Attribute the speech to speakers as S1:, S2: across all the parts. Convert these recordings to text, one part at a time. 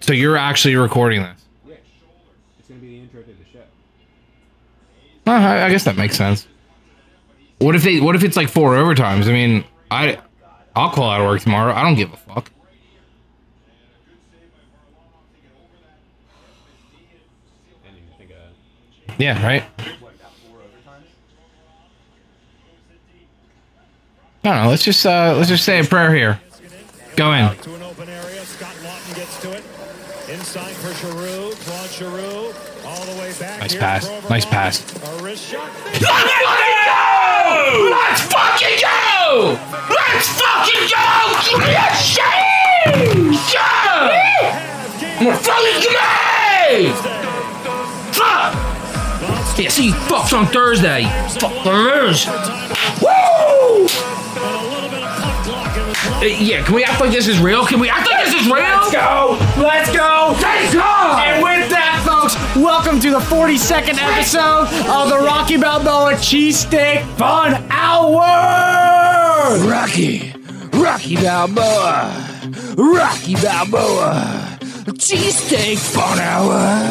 S1: So you're actually recording this?
S2: Yeah. It's gonna be the intro to the show.
S1: Uh, I, I guess that makes sense. What if they? What if it's like four overtimes? I mean, I, I'll call out of work tomorrow. I don't give a fuck.
S2: I didn't even think of that.
S1: Yeah, right.
S3: What, about four overtimes?
S1: I don't know. Let's just uh, let's just say a prayer here. Go in.
S4: Out To an open area, Scott Lawton gets to it. Inside for Giroux, Claude Giroux, all the way back.
S1: Nice
S4: here
S1: pass.
S4: for
S1: Nice
S4: Vermont.
S1: pass.
S4: A wrist shot.
S1: Let's fucking go! Let's fucking go! Give me a shit!
S4: Have game
S1: Fucking go!
S4: Thursday.
S1: Fuck!
S4: Lawson
S1: Yeah, see you fucks on Thursday. Fuckers!
S4: time
S1: Woo!
S4: and a little bit of puck clock. It was
S1: Uh, yeah, can we act like this is real? Can we act like this is real?
S5: Let's go! Let's go!
S1: Let's go!
S5: And with that, folks, welcome to the 42nd episode of the Rocky Balboa Cheesesteak Fun Hour!
S6: Rocky, Rocky Balboa, Rocky Balboa, cheesesteak fun hour.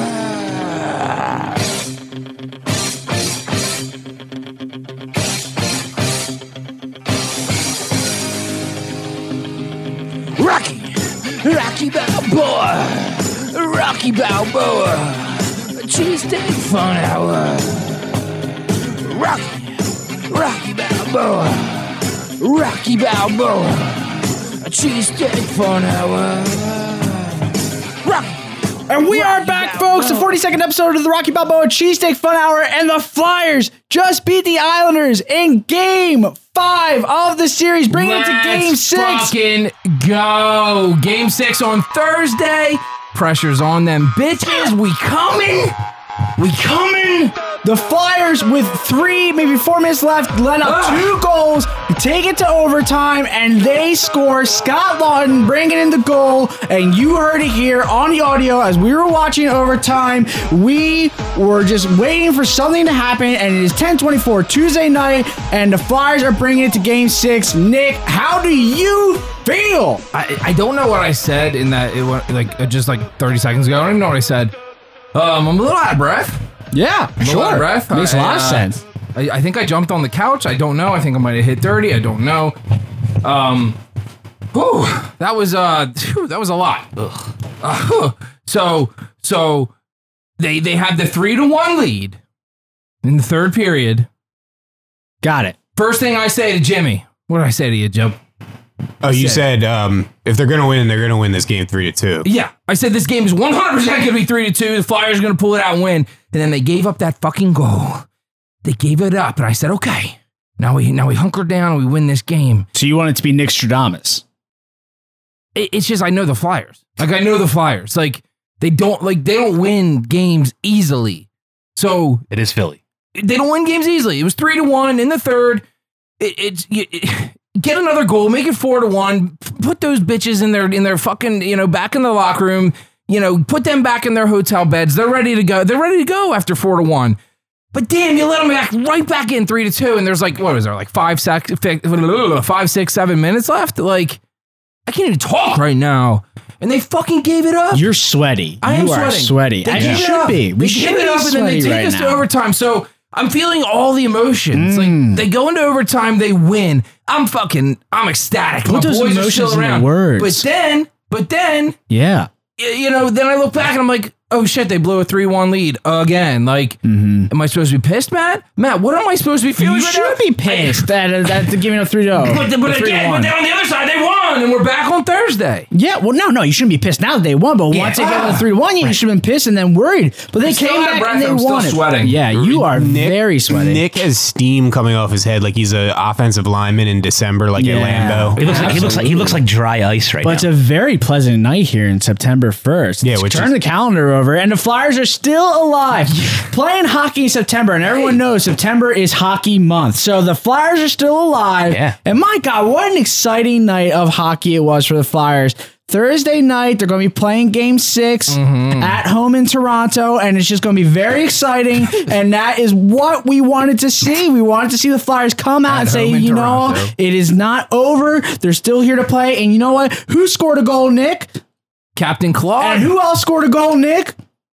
S6: Rocky, Rocky Balboa, Rocky Balboa, cheesesteak fun hour. Rocky, Rocky Balboa. Rocky Balboa, a cheesesteak for an hour. Rocky,
S5: And we are back, folks, the 42nd episode of the Rocky Balboa Cheesesteak Fun Hour, and the Flyers just beat the Islanders in game five of the series, bringing it to game
S1: Let's
S5: six.
S1: Fucking go! Game six on Thursday. Pressure's on them, bitches. We coming. We coming.
S5: The Flyers with three, maybe four minutes left, let up
S1: Ah.
S5: two goals, take it to overtime, and they score. Scott Lawton bringing in the goal, and you heard it here on the audio as we were watching overtime. We were just waiting for something to happen, and it is 10:24 Tuesday night, and the Flyers are bringing it to Game Six. Nick, how do you feel?
S1: I, I don't know what I said in that it went like uh, just like 30 seconds ago. I don't even know what I said. Um, I'm a little out of breath.
S5: Yeah,
S1: I'm a little out of breath.
S5: makes
S1: I,
S5: a lot of
S1: uh,
S5: sense.
S1: I, I think I jumped on the couch. I don't know. I think I might have hit 30. I don't know. Um, whew, that was uh, phew, that was a lot. Ugh. Uh, huh. so so they they had the three to one lead in the third period.
S5: Got it.
S1: First thing I say to Jimmy, what did I say to you, Jim?
S2: Oh, you said um, if they're gonna win, they're gonna win this game three to two.
S1: Yeah, I said this game is 100% going to be 3 to 2. The Flyers are going to pull it out and win. And then they gave up that fucking goal. They gave it up and I said, "Okay. Now we now we hunker down and we win this game."
S5: So you want it to be Nick Stradamus?
S1: It- it's just I know the Flyers. Like I know the Flyers. Like they don't like they don't win games easily. So
S7: It is Philly.
S1: they don't win games easily. It was three to one in the third. It, it's you- it, get another goal, make it four to one. F- Put those bitches in their in their fucking you know back in the locker room. You know, put them back in their hotel beds. They're ready to go. They're ready to go after four to one. But damn, you let them back right back in three to two, and there's like what was there like five sec, fi- five six seven minutes left. Like I can't even talk right now, and they fucking gave it up.
S5: You're sweaty.
S1: I am
S5: you are
S1: sweating.
S5: sweaty.
S1: They
S5: As
S1: give
S5: you
S1: it
S5: should
S1: up.
S5: be.
S1: they
S5: We should
S1: give
S5: be
S1: it up and then they
S5: sweaty
S1: take
S5: right
S1: us to
S5: now.
S1: overtime. So I'm feeling all the emotions.
S5: Mm.
S1: Like they go into overtime, they win. I'm fucking, I'm ecstatic. My
S5: those
S1: boys are
S5: emotions
S1: still
S5: into
S1: around.
S5: words.
S1: But then, but then,
S5: yeah.
S1: y- you know, then I look back and I'm like, oh shit, they blew a three-one lead again. Like, am I supposed to be pissed, Matt? Matt, what am I supposed to be feeling?
S5: Mm-hmm. You
S1: right
S5: should
S1: now?
S5: be pissed that that's giving up three zero.
S1: But, but again, but then on the other side, they won, and we're back on Thursday.
S5: yeah, well, no, no, you shouldn't be pissed now that they won. But once they got the three one, you should have been pissed and then worried. But they
S1: still
S5: came
S1: out of
S5: back
S1: breath,
S5: and they
S1: I'm still
S5: won it.
S1: sweating.
S5: Yeah, you are very sweaty.
S2: Nick has steam coming off his head like he's an offensive lineman in December, like
S5: Yeah.
S2: Orlando.
S7: He looks like he looks like he looks like dry ice right
S5: But it's
S7: now.
S5: a very pleasant night here in September 1st.
S2: Yeah,
S5: Let's
S2: which
S5: turn
S2: is-
S5: the calendar over, and the Flyers are still alive playing hockey in September. And everyone knows September is hockey month. So the Flyers are still alive.
S7: Yeah.
S5: And my God, what an exciting night of hockey it was for the Flyers. Thursday night, they're going to be playing game 6
S1: Mm-hmm.
S5: at home in Toronto, and it's just going to be very exciting. and that is what we wanted to see. We wanted to see the Flyers come out and say,
S1: home in
S5: you know,
S1: Toronto.
S5: it is not over. They're still here to play. And you know what? Who scored a goal, Nick?
S1: Captain Claude,
S5: And who else scored a goal, Nick?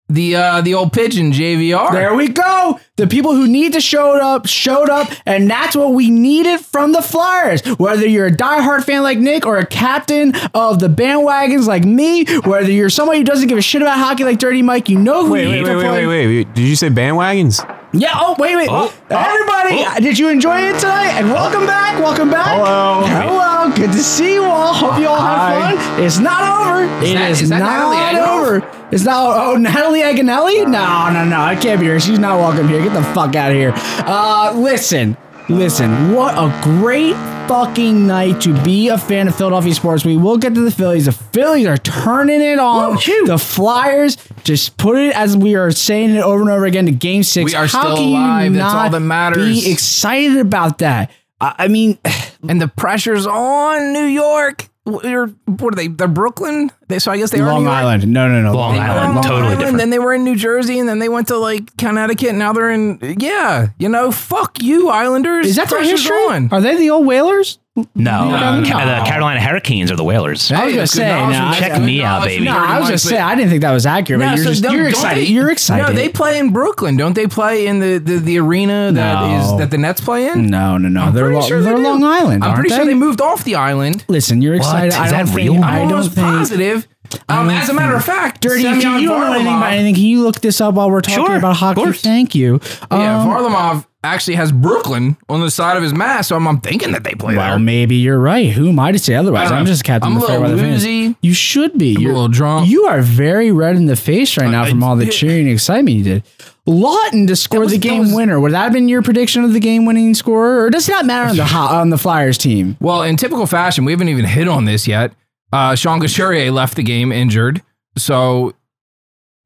S1: the uh, the old pigeon JVR.
S5: There we go. The people who need to show up showed up, and that's what we needed from the Flyers. Whether you're a diehard fan like Nick or a captain of the bandwagons like me, whether you're somebody who doesn't give a shit about hockey like Dirty Mike, you know who
S2: Wait,
S5: you
S2: wait,
S5: need
S2: wait,
S5: to
S2: wait,
S5: play.
S2: wait, wait, wait. Did you say bandwagons?
S5: Yeah. Oh, wait, wait.
S2: Oh.
S5: Everybody,
S2: Oh.
S5: did you enjoy it tonight? And welcome back. Welcome back.
S2: Hello.
S5: Hello. Good to see you all. Hope you all
S2: Hi.
S5: had fun. It's not over. It is
S1: that- is that Natalie
S5: not
S1: Agonoff?
S5: over. It's not. Oh, Natalie Aganelli? No, no, no. I can't be here. She's not welcome here. Get the fuck out of here. Uh, listen. Listen, what a great fucking night to be a fan of Philadelphia sports. We will get to the Phillies. The Phillies are turning it on. the Flyers just put it as we are saying it over and over again to game six.
S1: We are
S5: How
S1: still
S5: can you
S1: alive. That's all
S5: not
S1: that matters.
S5: Be excited about that. I, I mean,
S1: and the pressure's on New York. Or what are they? They're Brooklyn. They so I guess they are New
S5: Long
S1: York.
S5: Island. No, no, no.
S7: Long
S1: They were
S7: Island.
S1: on Long
S7: totally
S1: Island,
S7: different.
S1: Then they were in New Jersey, and then they went to like Connecticut. and Now they're in yeah. You know, fuck you, Islanders.
S5: Is that their
S1: Pressure's
S5: history?
S1: on.
S5: Are they the old Whalers?
S7: No,
S5: No.
S7: Ca- the Carolina Hurricanes are the whalers.
S5: I was gonna say, no, I-
S7: Check me out, baby.
S5: No, I was just saying. I didn't think that was accurate. but you're, just,
S1: don't-
S5: you're
S1: don't
S5: excited.
S1: they-
S5: you're excited.
S1: No, they play in Brooklyn, don't they? Play in the the, the arena that
S5: No.
S1: is that the Nets play in.
S5: No, no, no.
S1: I'm
S5: they're
S1: pretty
S5: lo-
S1: sure they
S5: they're
S1: do.
S5: Long Island.
S1: I'm
S5: aren't
S1: pretty sure
S5: they
S1: they moved off the island.
S5: Listen, you're
S7: What?
S5: excited.
S7: Is
S5: I
S7: that
S5: don't think,
S7: real?
S5: I
S1: I'm
S5: don't
S1: almost
S5: think.
S1: positive. Um,
S5: don't
S1: as a matter of fact,
S5: Dirty, if you,
S1: Semyon
S5: you don't know anything about
S1: Varlamov-
S5: anything. Can you look this up while we're talking
S7: Sure,
S5: about
S7: of
S5: hockey?
S7: course.
S5: Thank you.
S1: Yeah,
S5: Um,
S1: Varlamov actually has Brooklyn on the side of his mask, so I'm, I'm thinking that they play
S5: Well,
S1: there.
S5: maybe you're right. Who am I to say
S1: I
S5: otherwise?
S1: don't
S5: I'm
S1: know.
S5: just captain
S1: I'm
S5: of
S1: a
S5: the
S1: little
S5: fairweather fans.
S1: woozy.
S5: You should be.
S1: a
S5: you're
S1: little drunk.
S5: You are very red in the face right now from all the cheering and excitement you did. Lawton to score
S1: was-
S5: the
S1: that
S5: game
S1: was-
S5: winner. Would that have been your prediction of the game winning scorer, or does it not matter on the ho- on the Flyers team?
S1: Well, in typical fashion, we haven't even hit on this yet. Uh, Sean Couturier left the game injured, so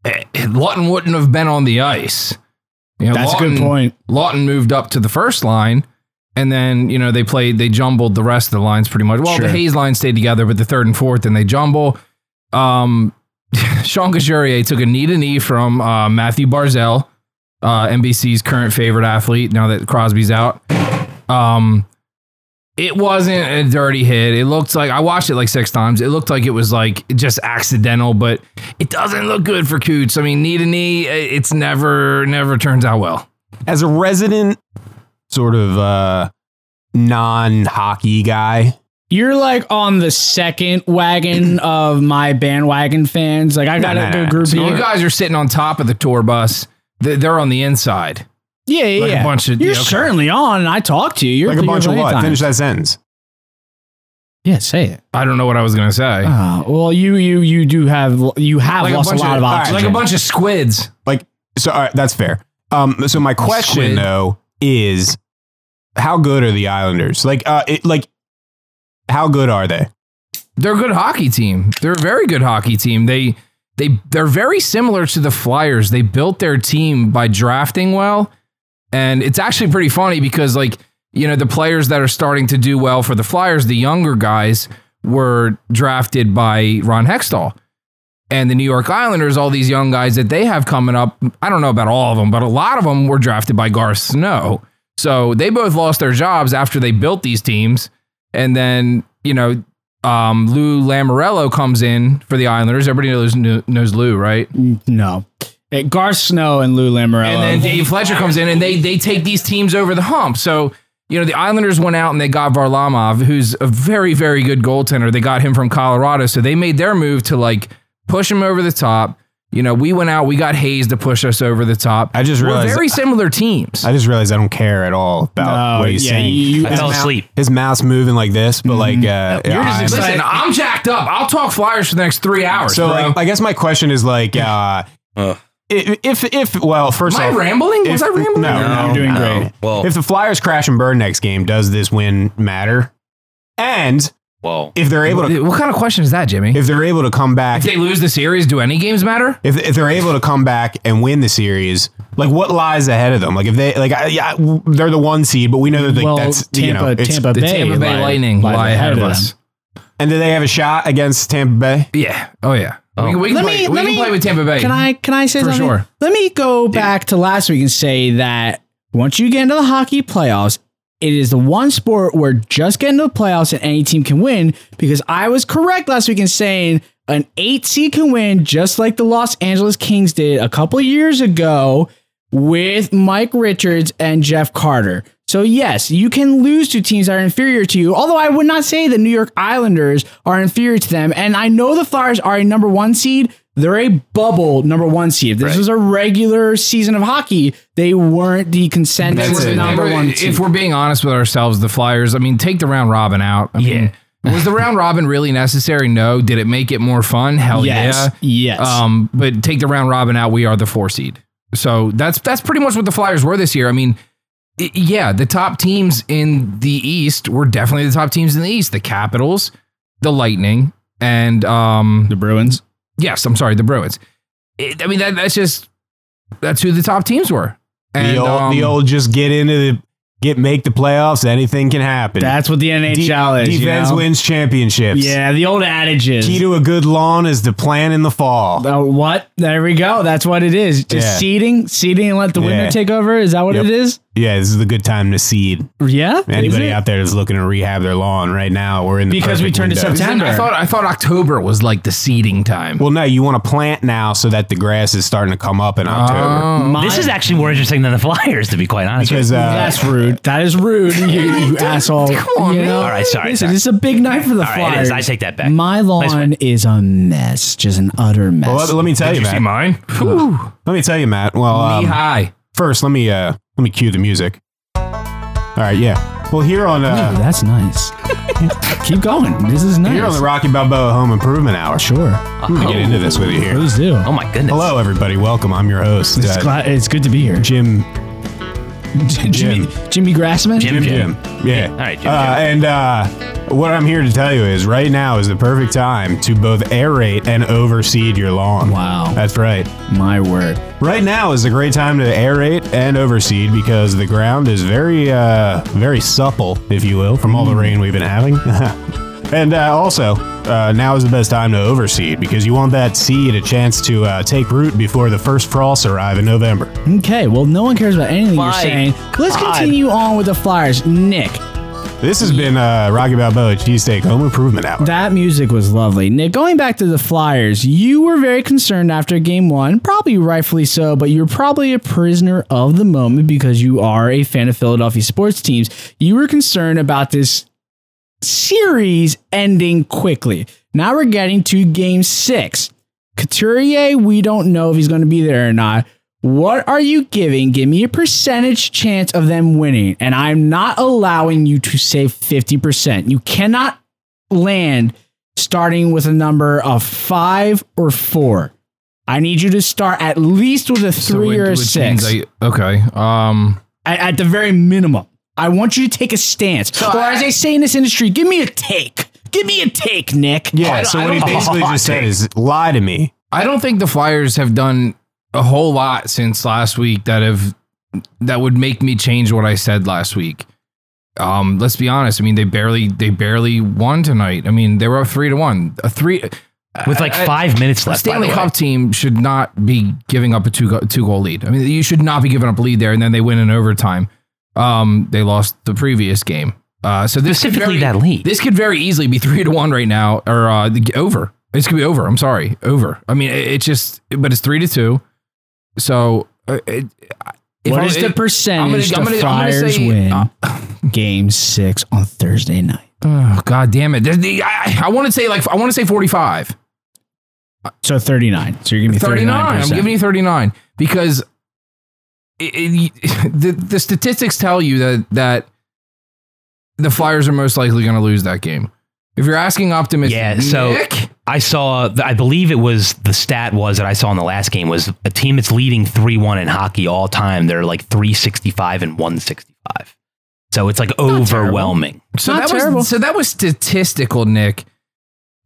S1: eh, Lawton wouldn't have been on the ice. You know, Lawton- Lawton moved up to the first line, and then you know they played they jumbled the rest of the lines pretty much. Well,
S5: Sure.
S1: the Hayes line stayed together, but the third and fourth, and they jumble. Um, Sean Couturier took a knee to knee from uh, Matthew Barzell, uh, NBC's current favorite athlete. Now that Crosby's out, um, it wasn't a dirty hit. It looked like I watched it like six times. It looked like it was like just accidental, but it doesn't look good for Coots. I mean, knee to knee, eh, it's never never turns out well.
S2: As a resident sort of uh, non hockey guy,
S5: You're like on the second wagon of my bandwagon fans. Like I got
S2: no,
S5: a
S2: no,
S5: good
S2: no.
S5: group
S1: So
S5: here.
S1: you guys are sitting on top of the tour bus. Th- They're on the inside.
S5: yeah, yeah,
S1: like a
S5: yeah.
S1: bunch of-
S5: You're
S1: yeah, okay.
S5: certainly on. and I talked to you. You're
S2: like a bunch of
S5: you're
S2: what?
S5: plenty
S2: Finish
S5: times.
S2: that sentence.
S5: Yeah, say it.
S1: I don't know what I was gonna say.
S5: Oh, well, you you you do have you have
S1: Like a
S5: lost a,
S1: bunch
S5: lot
S1: of-
S5: of
S2: all right,
S5: oxygen.
S1: like a bunch of squids.
S2: Like, so all right, that's fair. Um, so my question
S1: Squid.
S2: though is, how good are the Islanders? Like, uh, it, like, how good are they?
S1: They're a good hockey team. They're a very good hockey team. They they they're very similar to the Flyers. They built their team by drafting well, and it's actually pretty funny because like you know the players that are starting to do well for the Flyers, the younger guys were drafted by Ron Hextall. And the New York Islanders, all these young guys that they have coming up, I don't know about all of them, but a lot of them were drafted by Garth Snow. So they both lost their jobs after they built these teams. And then, you know, um, Lou Lamorello comes in for the Islanders. Everybody knows kno- knows Lou, right?
S5: No. Uh, Gar Snow and Lou Lamorello.
S1: And then Dave Fletcher comes in, and they they take these teams over the hump. So you know the Islanders went out and they got Varlamov, who's a very very good goaltender. They got him from Colorado, so they made their move to like push him over the top. You know, we went out, we got Hayes to push us over the top.
S2: I just
S1: We're
S2: realized-
S1: very similar teams.
S2: I just realized I don't care at all about
S5: Oh,
S2: what he's
S5: yeah,
S2: saying.
S5: you- Mm-hmm.
S7: I fell asleep.
S2: His mouth's moving like this, but like, uh,
S5: You're just
S2: I'm-
S5: excited.
S1: Listen, I'm jacked up. I'll talk Flyers for the next three hours.
S2: So
S1: bro.
S2: like, I guess my question is like, uh, if, if if well, first
S1: Am I
S2: off,
S1: rambling? Was
S2: if-
S1: I rambling?
S2: No,
S1: No,
S2: you're doing
S7: no.
S2: great.
S7: Well-
S2: if the Flyers crash and burn next game, does this win matter? And
S7: Whoa.
S2: if they're able to,
S1: what kind of question is that, Jimmy?
S2: if they're able to come back,
S1: If they lose the series, do any games matter?
S2: if, if they're able to come back and win the series, like what lies ahead of them? Like if they like, I, yeah, they're the one seed, but we know that like,
S5: well,
S2: that's
S5: Tampa,
S2: you know, it's,
S5: Tampa
S1: The
S5: Bay,
S1: Tampa Bay
S5: lie-
S1: Lightning
S5: lies
S1: lie ahead of us.
S2: and do they have a shot against Tampa Bay?
S1: Yeah. Oh yeah. We, can- we can,
S5: Let
S1: play,
S5: me,
S1: we
S5: let
S1: can
S5: me
S1: play with Tampa Bay.
S5: Can I can I say
S1: For
S5: something?
S1: sure.
S5: Let me go back to last week and say that once you get into the hockey playoffs, it is the one sport where just getting to the playoffs and any team can win. Because I was correct last week in saying an eight seed can win, just like the Los Angeles Kings did a couple years ago with Mike Richards and Jeff Carter. So, yes, you can lose to teams that are inferior to you, although I would not say the New York Islanders are inferior to them. And I know the Flyers are a number one seed. They're a bubble number one seed. If this was a regular season of hockey, they weren't the consensus
S2: That's it.
S5: number one
S1: If
S5: seed.
S1: we're being honest with ourselves, the Flyers, I mean, take the round robin out. I mean, was the round robin really necessary? No. Did it make it more fun? Hell
S5: Yes.
S1: yeah.
S5: Yes.
S1: Um, but take the round robin out, we are the four seed. So that's that's pretty much what the Flyers were this year. I mean, i- yeah, the top teams in the East were definitely the top teams in the East. The Capitals, the Lightning, and um,
S5: the Bruins.
S1: yes, I'm sorry, the Bruins. It- I mean, that, that's just that's who the top teams were. And,
S2: the old, the
S1: um,
S2: old, just get into the get make the playoffs. Anything can happen.
S5: That's what the
S2: De-
S5: NHL is. you
S2: defense
S5: know?
S2: wins championships.
S5: Yeah, the old adage is.
S2: Key to a good lawn is the plan in the fall.
S5: Oh, what? There we go. That's what it is. Just
S2: Yeah.
S5: seeding, seeding, and let the winner
S2: Yeah.
S5: take over. Is that what
S2: Yep.
S5: it is?
S2: Yeah, this is a good time to seed.
S5: Yeah.
S2: Anybody
S5: Is it?
S2: out there that's looking to rehab their lawn right now, we're in the
S5: Because we
S2: perfect
S5: turned to
S2: window.
S5: September.
S1: I thought I thought October was like the seeding time.
S2: Well, no, you want to plant now so that the grass is starting to come up in
S1: Oh.
S2: October.
S5: My-
S7: This is actually more interesting than the Flyers, to be quite honest. with
S2: because uh,
S5: that's rude. That is rude. You, you asshole.
S1: on,
S5: You
S1: man.
S5: know?
S7: All right, sorry,
S5: Listen,
S7: sorry.
S5: this is a big night for the
S7: All
S5: Flyers.
S2: uh,
S7: right, it is. I take that back.
S5: My lawn is a mess. Just an utter mess.
S2: well, let, let me tell you, Matt.
S1: mine? Whew.
S2: Let me tell you, Matt. Well,
S1: Knee
S2: um,
S1: high.
S2: first, let me uh, let me cue the music. All right, yeah. Well, here on
S5: Ooh,
S2: uh,
S5: that's nice. Keep going. This is nice.
S2: here on the Rocky Balboa Home Improvement Hour,
S5: sure.
S2: I'm gonna get into this with you here.
S5: Please do.
S7: you. Oh my goodness.
S2: Hello, everybody. Welcome. I'm your host,
S5: it's,
S2: uh,
S5: glad, it's good to be here.
S2: Jim
S5: Jimmy, Jimmy Grassman?
S7: Jim
S2: Jim
S7: Jim.
S2: Jim. Yeah.
S7: All right, Jim
S2: Uh, and uh, what I'm here to tell you is right now is the perfect time to both aerate and overseed your lawn.
S5: Wow.
S2: That's right.
S5: My word.
S2: Right now is a great time to aerate and overseed because the ground is very, uh, very supple, if you will, from all the rain we've been having. and uh, also, uh, now is the best time to overseed because you want that seed a chance to uh, take root before the first frosts arrive in November.
S5: Okay, well, no one cares about anything you're saying. Let's continue on with the Flyers. Nick,
S2: This has been uh, Rocky Balboa Cheesesteak Home Improvement Hour.
S5: that music was lovely. Nick, going back to the Flyers, you were very concerned after game one, probably rightfully so, but you're probably a prisoner of the moment because you are a fan of Philadelphia sports teams. You were concerned about this series ending quickly. Now we're getting to game six. Couturier, we don't know if he's going to be there or not. What are you giving? Give me a percentage chance of them winning. And I'm not allowing you to say 50%. You cannot land starting with a number of five or four. I need you to start at least with a three or a six
S1: okay. Um.
S5: at, at the very minimum. I want you to take a stance. or as they say in this industry, give me a take. Give me a take, Nick.
S2: Yeah, so what he basically just said is lie to me.
S1: I don't think the Flyers have done a whole lot since last week that have that would make me change what I said last week. Um, let's be honest. I mean, they barely they barely won tonight. I mean, they were up three to one. A three
S7: With like
S1: I- I-
S7: five minutes
S1: a
S7: left. by
S1: Stanley
S7: the way.
S1: Cup team should not be giving up a two go- two goal lead. I mean, you should not be giving up a lead there, and then they win in overtime. Um, they lost the previous game, uh, so this could
S7: Specifically
S1: very-
S7: that lead.
S1: This could very easily be three to one right now, or uh, the, over. This could be over. I'm sorry, over. I mean, it, it's just, but it's three to two. So, uh, it, if
S5: What
S1: I-
S5: is the
S1: it-
S5: percentage
S1: I'm gonna-
S5: the
S1: I'm gonna- I'm gonna
S5: Flyers
S1: say-
S5: win
S1: uh,
S5: game six on Thursday night?
S1: oh god damn it! There's the- I, I want to say like I want to say 45.
S5: So 39. So you're giving me
S1: 39.
S5: 39.
S1: I'm giving you 39 because it, it- the, the statistics tell you that, that the Flyers are most likely going to lose that game. If you're asking optimistic,
S7: Yeah, so
S1: Nick,
S7: I saw, I believe it was the stat was that I saw in the last game was a team that's leading 3 1 in hockey all time. They're like 365 and 165. So it's like overwhelming.
S1: so
S5: not
S1: that
S5: terrible.
S1: was so that was statistical, Nick.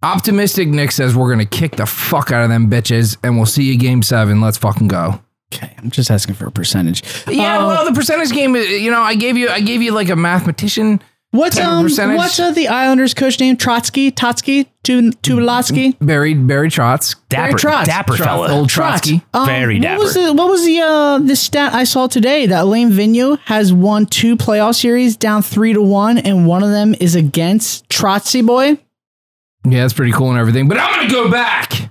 S1: Optimistic Nick says we're going to kick the fuck out of them bitches, and we'll see you game seven. Let's fucking go. Um,
S5: Okay, I'm just asking for a percentage.
S1: Yeah,
S5: Uh,
S1: well, the percentage game. You know, I gave you, I gave you like a mathematician.
S5: what's
S1: type of
S5: um,
S1: percentage?
S5: what's uh, the Islanders coach name? Trotsky, Totsky, Tu- Tulotsky,
S1: Barry Barry Trotz,
S7: Dapper,
S5: Trotz.
S7: dapper
S1: Trotz,
S7: fella.
S1: old
S5: Trotz.
S1: Trotsky.
S5: Um,
S7: Very
S5: what was
S7: dapper.
S5: the What was the uh, the stat I saw today that Lane Vigneault has won two playoff series down three to one, and one of them is against Trotsky boy.
S1: yeah, that's pretty cool and everything. But I'm gonna go back.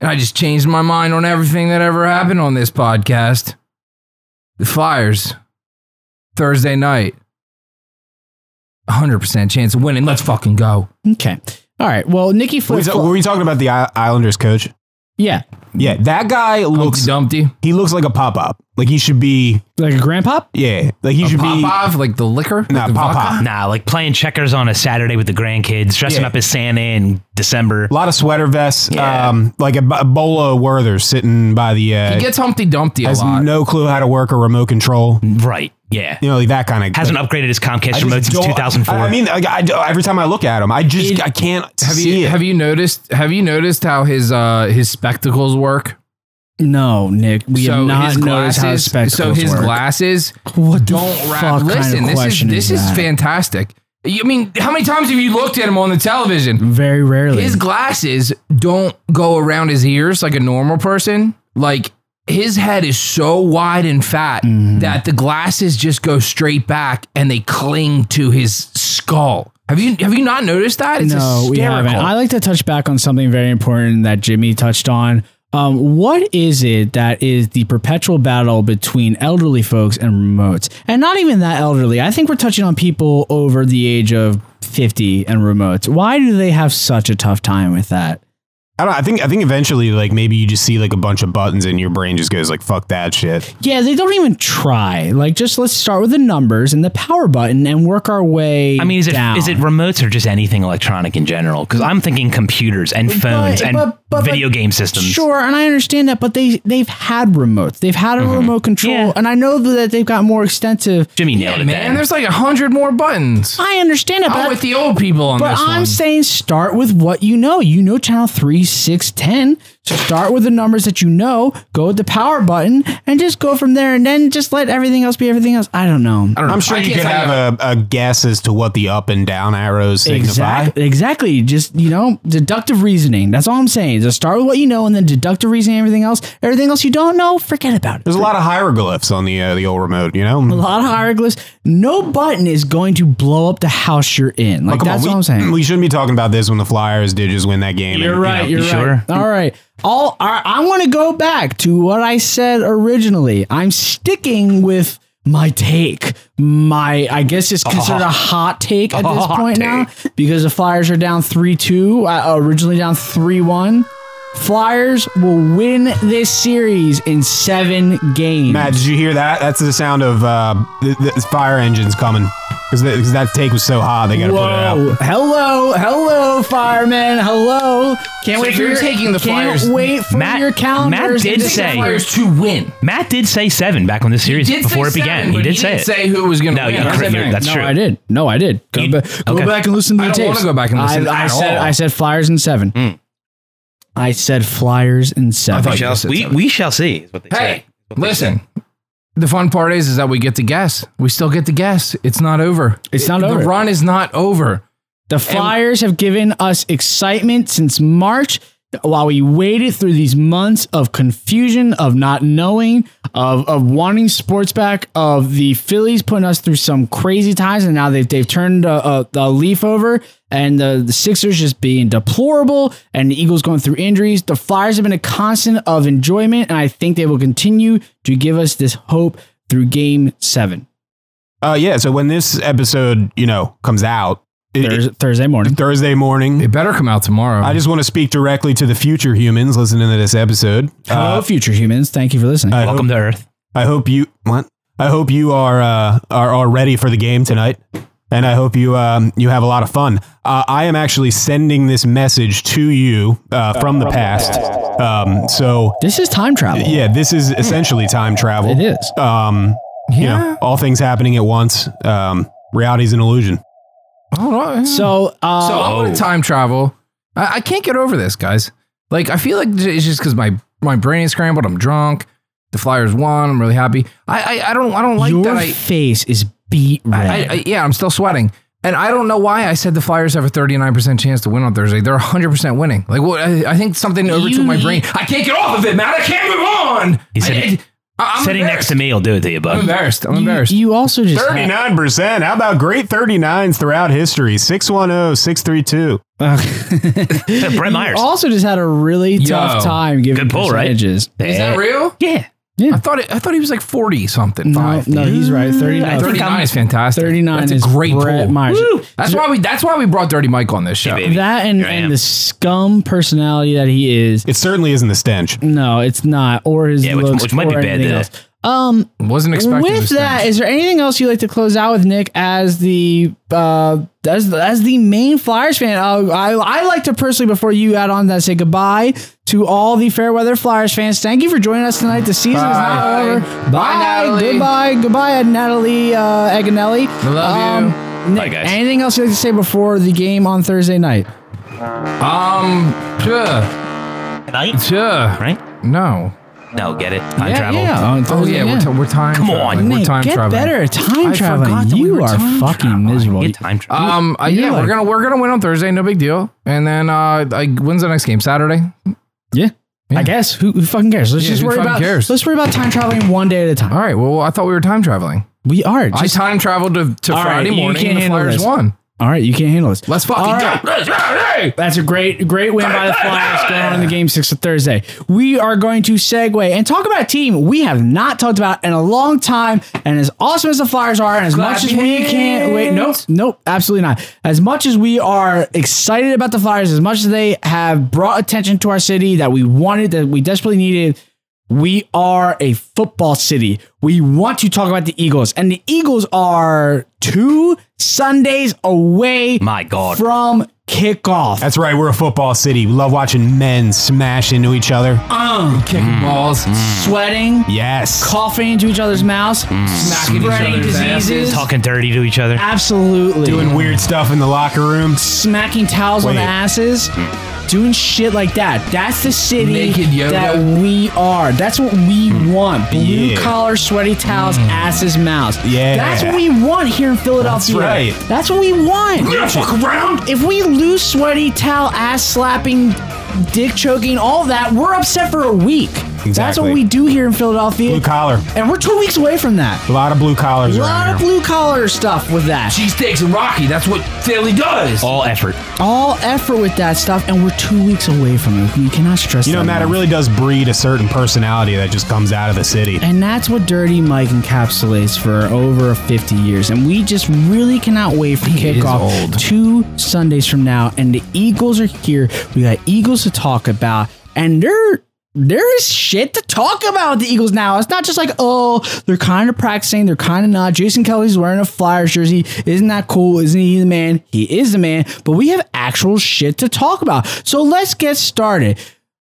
S1: And I just changed my mind on everything that ever happened on this podcast. The fires. Thursday night. 100% chance of winning. Let's fucking go.
S5: Okay. All right. Well, Nikki
S2: Were
S5: flip.
S2: we, were we talking about the I- Islanders coach?
S5: yeah,
S2: Yeah, that guy
S1: Humpty
S2: looks.
S1: Dumpty.
S2: He looks like a pop up. Like he should be.
S5: like a grandpop.
S2: Yeah, like he should be.
S1: Popov, like the liquor?
S2: Nah,
S1: like the
S2: Popov.
S1: vodka?
S7: Nah, like playing checkers on a Saturday with the grandkids, dressing
S2: Yeah.
S7: up as Santa in December.
S2: A lot of sweater vests.
S7: Yeah.
S2: Um, like a, b- a bowl of Werther's sitting by the. Uh,
S1: He gets Humpty Dumpty a
S2: has
S1: lot.
S2: no clue how to work a remote control.
S7: Right. Yeah.
S2: You know, like that kind of.
S7: Hasn't upgraded his Comcast
S2: just
S7: remote since
S2: don't-
S7: 2004.
S2: I, I mean, I, I, every time I look at him, I just I can't
S1: have
S2: see
S1: you
S2: it.
S1: have you noticed have you noticed how his uh his spectacles work?
S5: No, Nick, we have not noticed how his spectacles
S1: so his
S5: work.
S1: glasses
S5: What the
S1: don't
S5: fuck
S1: wrap.
S5: kind of
S1: Listen, this is
S5: question
S1: this
S5: is
S1: is
S5: that?
S1: fantastic. I mean, how many times have you looked at him on the television?
S5: Very rarely.
S1: His glasses don't go around his ears like a normal person. Like his head is so wide and fat
S5: Mm-hmm.
S1: that the glasses just go straight back and they cling to his skull. Have you have you not noticed that? It's
S5: no, we
S1: hysterical.
S5: haven't. I like to touch back on something very important that Jimmy touched on. Um, what is it that is the perpetual battle between elderly folks and remotes? And not even that elderly. I think we're touching on people over the age of 50 and remotes. Why do they have such a tough time with that?
S2: I don't. I think. I think eventually, like maybe you just see like a bunch of buttons, and your brain just goes like, "Fuck that shit."
S5: Yeah, they don't even try. Like, just let's start with the numbers and the power button and work our way.
S7: I mean, is it is
S5: down.
S7: it remotes or just anything electronic in general? Because I'm thinking computers and phones and
S5: but- but-
S7: video
S5: but-
S7: game systems.
S5: Sure, and I understand that, but they they've had remotes, they've had
S1: Mm-hmm.
S5: a remote control,
S7: Yeah.
S5: and I know that they've got more extensive.
S7: Jimmy nailed it.
S1: Man,
S7: then.
S1: there's like a hundred more buttons.
S5: I understand it,
S1: I'm
S5: but,
S1: Oh, with the old people on
S5: but
S1: this
S5: I'm
S1: one.
S5: saying start with what you know. You know channel three, six, ten. So start with the numbers that you know. Go with the power button, and just go from there, and then just let everything else be everything else. I don't know.
S1: I don't know.
S2: I'm sure
S1: I
S2: you
S1: can't
S2: could
S1: tell
S2: have a, a guess as to what the up and down arrows signify.
S5: Exactly. Exactly. Just you know, deductive reasoning. That's all I'm saying. Just start with what you know, and then deductive reasoning. Everything else, everything else you don't know, forget about it.
S2: There's a lot of hieroglyphs on the uh, the old remote. You know,
S5: a lot of hieroglyphs. No button is going to blow up the house you're in. Like
S2: Oh, Come on,
S5: that's
S2: we,
S5: what I'm saying.
S2: We shouldn't be talking about this when the Flyers did just win that game. and, you know,
S7: you sure?
S5: All right. All I, I want to go back to what I said originally. I'm sticking with my take. My I guess it's considered a hot take at this
S7: Hot
S5: point now because the Flyers are down three two. Uh, originally down three one. Flyers will win this series in seven games.
S2: Matt, did you hear that? That's the sound of uh, the, the fire engines coming because that take was so hot they got to put it out.
S5: Whoa! Hello, hello, firemen. Hello. Can't wait
S1: if
S5: for
S1: you're
S5: your,
S1: taking the
S5: can't
S1: Flyers-
S5: Wait for
S7: Matt-
S5: your calendars.
S7: Matt did
S1: Take
S5: and
S1: the
S7: say-
S1: Flyers to win.
S7: Matt did say seven back on this series
S1: Did
S7: before it
S1: say
S7: began.
S1: seven,
S7: he
S1: but
S7: did say
S1: didn't
S7: it.
S1: say who was going to
S7: No,
S1: win.
S7: you're
S1: That's the
S7: correct.
S1: thing.
S7: That's
S5: no,
S7: true.
S5: I did. No, I did. Go,
S7: You-
S5: ba- go
S7: okay.
S5: back and listen to
S1: I
S5: the
S1: don't wanna
S5: tapes.
S1: go back and listen
S5: I, I
S1: at
S5: said
S1: all.
S5: I said Flyers in seven. I said Flyers in seven.
S1: thought you said
S7: We,
S1: seven.
S7: we shall see. Is what they
S1: Hey,
S7: say.
S1: listen. The fun part is, is that we get to guess. We still get to guess. It's not over.
S5: It's not
S1: the
S5: over.
S1: The run is not over.
S5: The Flyers have given us excitement since March while we waited through these months of confusion, of not knowing, of, of wanting sports back, of the Phillies putting us through some crazy times. And now they've, they've turned a, a, a leaf over and the, the Sixers just being deplorable and the Eagles going through injuries. The Flyers have been a constant of enjoyment. And I think they will continue to give us this hope through game seven
S2: Uh, yeah. So when this episode, you know, comes out it-
S5: Thurs- Thursday morning.
S2: Thursday morning,
S1: It better come out tomorrow.
S2: I just want to speak directly to the future humans listening to this episode.
S5: Hello, future humans. Thank you for listening.
S2: I
S7: Welcome
S2: hope,
S7: to Earth.
S2: I hope you what? I hope you are uh, are are ready for the game tonight, and I hope you um, you have a lot of fun. Uh, I am actually sending this message to you uh, from the past. Um, so
S5: this is time travel.
S2: yeah, this is essentially time travel.
S5: It is.
S2: Um, you
S1: yeah.
S2: know, all things happening at once. Um, reality's an illusion.
S1: All right.
S5: So, uh,
S1: So I'm gonna time travel. I, I can't get over this, guys. Like I feel like it's just because my my brain is scrambled. I'm drunk. The Flyers won. I'm really happy. I I, I don't I don't like
S5: your
S1: that. I,
S5: face is beat red.
S1: I, I, yeah, I'm still sweating. And I don't know why I said the Flyers have a 39% chance to win on Thursday. They're 100% winning. Like, what? I, I think something overtook
S5: You-
S1: my brain. I can't get off of it, man. I can't move on.
S7: He said
S1: I,
S7: it-
S1: I- I'm
S7: Sitting next to me will do it to you,
S1: I'm
S7: bud.
S1: embarrassed. I'm embarrassed.
S5: You also just had-
S2: 39%. How about great 39s throughout history? oh, 610, 632.
S7: Brett Myers.
S5: You also just had a really tough time giving
S7: Good pull, right?
S5: percentages.
S1: Is that real?
S7: Yeah.
S1: I thought it, I thought he was like forty something.
S5: No,
S1: five.
S5: Oh, no, he's right.
S7: Mm, I
S5: 39.
S7: think
S1: Thirty-nine
S7: I'm-
S1: is fantastic.
S5: 39
S1: That's a
S5: is
S1: great
S5: Brett
S1: pull.
S5: Myers.
S7: Woo!
S1: That's why we. That's why we brought Dirty Mike on this show.
S7: baby.
S5: That and,
S7: Here I am.
S5: and the scum personality that he is.
S2: It certainly isn't the stench.
S5: No, it's not. Or his
S7: Yeah, which-
S5: looks,
S7: which might be
S5: or
S7: bad,
S5: anything
S7: yeah.
S5: else. Um,
S1: Wasn't expecting
S5: with
S1: this
S5: that,
S1: thing.
S5: is there anything else you'd like to close out with, Nick, as the uh, as as the main Flyers fan? Uh, I I like to personally, before you add on that, say goodbye to all the Fairweather Flyers fans. Thank you for joining us tonight. The season is not
S1: Bye.
S5: over.
S1: Bye, Natalie.
S5: Goodbye. Goodbye, Natalie uh, Aganelli.
S1: love you.
S5: Nick,
S7: Bye, guys.
S5: Anything else you'd like to say before the game on Thursday night?
S1: Um. Sure.
S7: Night?
S1: Sure.
S7: Right?
S1: No.
S7: No, get it. Time
S5: yeah,
S7: travel.
S5: Yeah, on
S1: Oh
S5: Thursday,
S1: yeah, we're, t- we're time.
S7: Come
S1: traveling.
S7: on.
S1: we're
S5: Nick,
S1: time
S5: get
S1: traveling.
S5: better at time
S1: I forgot
S5: traveling.
S1: that we
S5: You
S1: were
S5: are
S1: time
S5: fucking
S1: traveling.
S5: miserable.
S7: Get time travel.
S1: Um. uh,
S5: You're
S1: yeah,
S5: like-
S1: we're gonna we're gonna win on Thursday. No big deal. And then uh, like when's the next game? Saturday.
S5: Yeah. I guess who, who fucking cares? Let's
S1: Yeah,
S5: just
S1: who
S5: worry
S1: fucking
S5: about
S1: cares?
S5: let's worry about time traveling one day at a time.
S1: All right. Well, I thought we were time traveling.
S5: We are just
S1: I time traveled to, to
S5: All right,
S1: Friday
S5: you
S1: morning.
S5: can't
S1: and the
S5: handle
S1: Flyers
S5: this.
S1: won.
S5: all right. You can't handle this.
S1: Let's fucking
S5: All
S1: go.
S5: right.
S1: Let's go. Hey!
S5: That's a great great win by the Flyers going on in the game six of Thursday. We are going to segue and talk about a team we have not talked about in a long time. And as awesome as the Flyers are, and as
S1: Clap
S5: much as
S1: your
S5: we can't wait, nope,
S1: hands.
S5: nope, absolutely not. As much as we are excited about the Flyers, as much as they have brought attention to our city that we wanted, that we desperately needed. We are a football city. We want to talk about the Eagles, and the Eagles are two Sundays away
S7: My God.
S5: from kickoff.
S2: That's right. We're a football city. We love watching men smash into each other.
S1: Kicking balls.
S5: sweating,
S2: Yes.
S5: coughing into each other's mouths,
S2: Mm.
S1: Smacking each
S5: spreading
S1: other's asses.
S5: diseases.
S7: Talking dirty to each other.
S5: Absolutely.
S2: Doing weird stuff in the locker room.
S5: smacking towels on
S2: Wait. Mm.
S5: asses. Doing shit like that. That's the city
S1: Naked yoga.
S5: that we are. That's what we want. Blue
S2: Mm. Yeah. Mm.
S5: collar, sweaty towels, asses, mouths.
S2: Yeah.
S5: That's what we want here in Philadelphia.
S2: right.
S5: That's what we want.
S2: fuck around.
S5: If we lose sweaty towel, ass slapping, dick choking, all that, we're upset for a week. That's
S2: Exactly.
S5: what we do here in Philadelphia.
S2: Blue collar.
S5: And we're two weeks away from that.
S2: A lot of blue collars
S5: A
S2: around
S5: lot
S2: here.
S5: of blue collar stuff with that.
S1: Cheesesteaks and Rocky. That's what Philly does.
S7: All effort.
S5: All effort with that stuff, and we're two weeks away from it. We cannot stress
S2: You know,
S5: that
S2: Matt, it
S5: enough.
S2: really does breed a certain personality that just comes out of the city.
S5: And that's what Dirty Mike encapsulates for over 50 years. And we just really cannot wait for
S1: is
S5: kickoff
S1: old.
S5: two Sundays from now. And the Eagles are here. We got Eagles to talk about. And they're. There is shit to talk about with the Eagles now. It's not just like, oh, they're kind of practicing, they're kind of not. Jason Kelly's wearing a Flyers jersey. Isn't that cool? Isn't he the man? He is the man, but we have actual shit to talk about. So let's get started.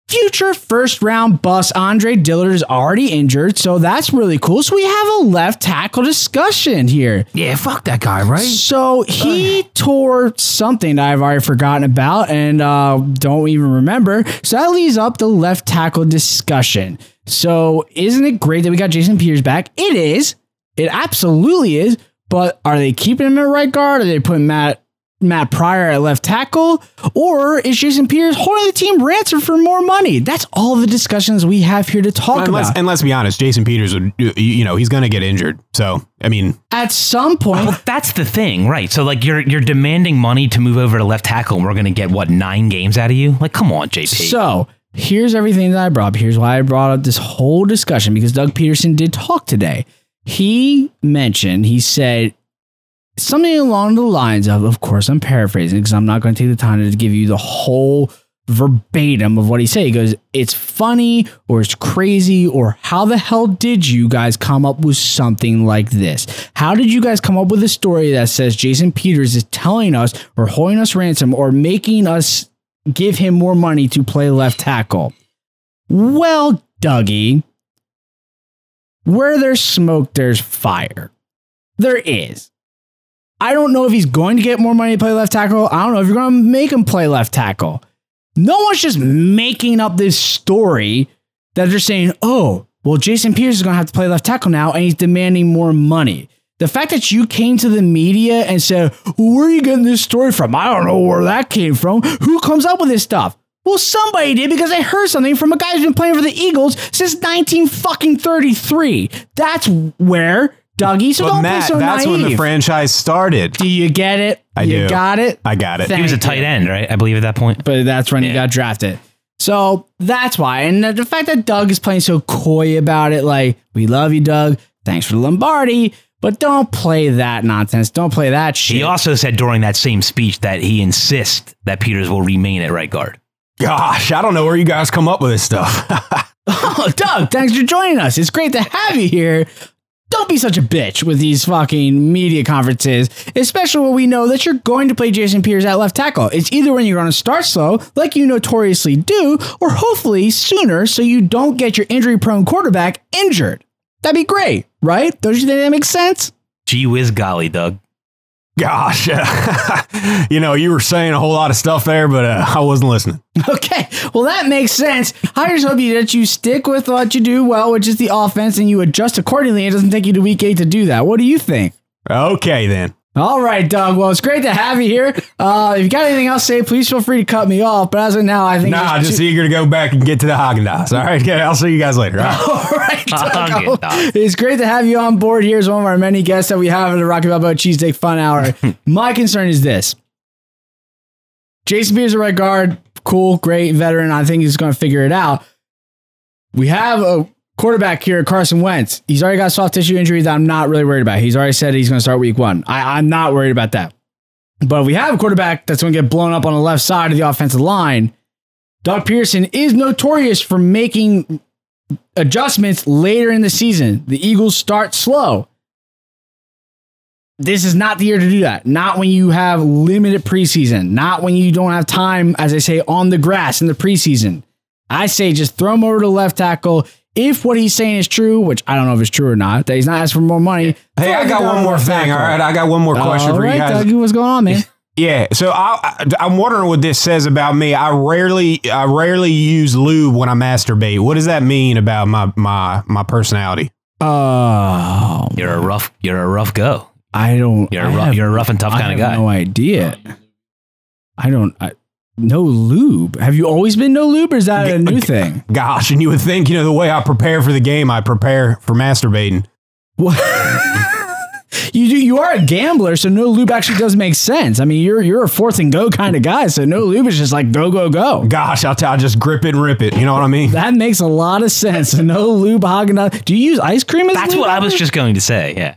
S5: Future first round bust Andre Dillard is already injured, so that's really cool. So we have a left tackle discussion here.
S1: Yeah, fuck that guy, right?
S5: So he tore something that I've already forgotten about and uh, don't even remember. So that leaves up the left tackle discussion. So isn't it great that we got Jason Peters back? It is. It absolutely is. But are they keeping him at right guard? Are they putting Matt Matt Pryor at left tackle? Or is Jason Peters holding the team ransom for more money? That's all the discussions we have here to talk
S2: And let's,
S5: about.
S2: and let's be honest, Jason Peters would, you- you know, he's going to get injured. So, I mean,
S5: At some point,
S7: Well, that's the thing, right? So, like, you're you're demanding money to move over to left tackle, and we're going to get what nine games out of you? Like, come on, JP.
S5: So here's everything that I brought up. Here's why I brought up this whole discussion because Doug Peterson did talk today. He mentioned, he said something along the lines of, of course, I'm paraphrasing because I'm not going to take the time to give you the whole verbatim of what he said. He goes, it's funny or it's crazy or how the hell did you guys come up with something like this? How did you guys come up with a story that says Jason Peters is telling us or holding us ransom or making us give him more money to play left tackle. Well, Dougie, where there's smoke, there's fire. There is. I don't know if he's going to get more money to play left tackle. I don't know if you're going to make him play left tackle. No one's just making up this story that they're saying, oh, well, Jason Pierce is going to have to play left tackle now and he's demanding more money. The fact that you came to the media and said, well, where are you getting this story from? I don't know where that came from. Who comes up with this stuff? Well, somebody did because I heard something from a guy who's been playing for the Eagles since 19 fucking 33. That's where Dougie. So
S2: But
S5: don't
S2: Matt,
S5: be so
S2: that's
S5: naive.
S2: when the franchise started.
S5: do you get it?
S2: I
S5: you
S2: do.
S5: Got it.
S2: I got it.
S5: Thank
S7: He was a
S5: you.
S7: tight end, right? I believe at that point.
S5: but that's when he got drafted. So that's why. And the- the fact that Doug is playing so coy about it, like, we love you, Doug. Thanks for the Lombardi. But don't play that nonsense. Don't play that shit.
S7: He also said during that same speech that he insists that Peters will remain at right guard.
S2: Gosh, I don't know where you guys come up with this stuff.
S5: Oh, Doug, thanks for joining us. It's great to have you here. Don't be such a bitch with these fucking media conferences, especially when we know that you're going to play Jason Peters at left tackle. It's either when you're going to start slow, like you notoriously do, or hopefully sooner so you don't get your injury prone quarterback injured. That'd be great, right? Don't you think that makes sense?
S7: Gee whiz golly, Doug.
S2: Gosh, you know, you were saying a whole lot of stuff there, but uh, I wasn't listening.
S5: Okay, well that makes sense. I just hope you that you stick with what you do well, which is the offense, and you adjust accordingly. It doesn't take you to week eight to do that. What do you think?
S2: Okay, then.
S5: All right, Doug. Well, it's great to have you here. Uh, if you got anything else to say, please feel free to cut me off. But as of now, I think
S2: Nah, just eager to go back and get to the Haagen Dazs. All right, yeah, I'll see you guys later. All right.
S5: all right. Doug,
S7: Haagen-Dazs.
S5: it's great to have you on board. Here's one of our many guests that we have at the Rocky Balboa Cheesesteak Fun Hour. My concern is this: Jason Peters, a right guard, cool, great veteran. I think he's going to figure it out. We have a quarterback here, Carson Wentz. He's already got soft tissue injury that I'm not really worried about. He's already said he's going to start Week One. I, I'm not worried about that. But if we have a quarterback that's going to get blown up on the left side of the offensive line, Doug Pearson is notorious for making adjustments later in the season. The Eagles start slow. This is not the year to do that. Not when you have limited preseason. Not when you don't have time, as I say, on the grass in the preseason. I say just throw him over to left tackle. If what he's saying is true, which I don't know if it's true or not, that he's not asking for more money.
S2: Hey,
S5: throw
S2: I
S5: him
S2: got
S5: down
S2: one more
S5: left
S2: thing. All
S5: tackle.
S2: right, I got one more question
S5: All
S2: for
S5: right,
S2: you guys.
S5: Dougie, what's going on, man?
S2: Yeah, so I, I- I'm wondering what this says about me. I rarely I rarely use lube when I masturbate. What does that mean about my my my personality?
S5: Oh,
S7: You're a rough. You're a rough go.
S5: I don't.
S7: You're a
S5: I
S7: rough.
S5: have-
S7: you're a rough and tough
S5: I
S7: kind of
S5: have
S7: guy.
S5: No idea. I don't. I, no lube. Have you always been no lube, or is that a new thing?
S2: Gosh, and you would think you know the way I prepare for the game, I prepare for masturbating.
S5: What? you do. You are a gambler, so no lube actually does make sense. I mean, you're you're a fourth and go kind of guy, so no lube is just like go go go.
S2: Gosh, I'll t- I just grip it and rip it. You know what I mean?
S5: That makes a lot of sense. So no lube Haagen. Do you use ice cream as
S7: That's
S5: lube?
S7: what I was just going to say. Yeah.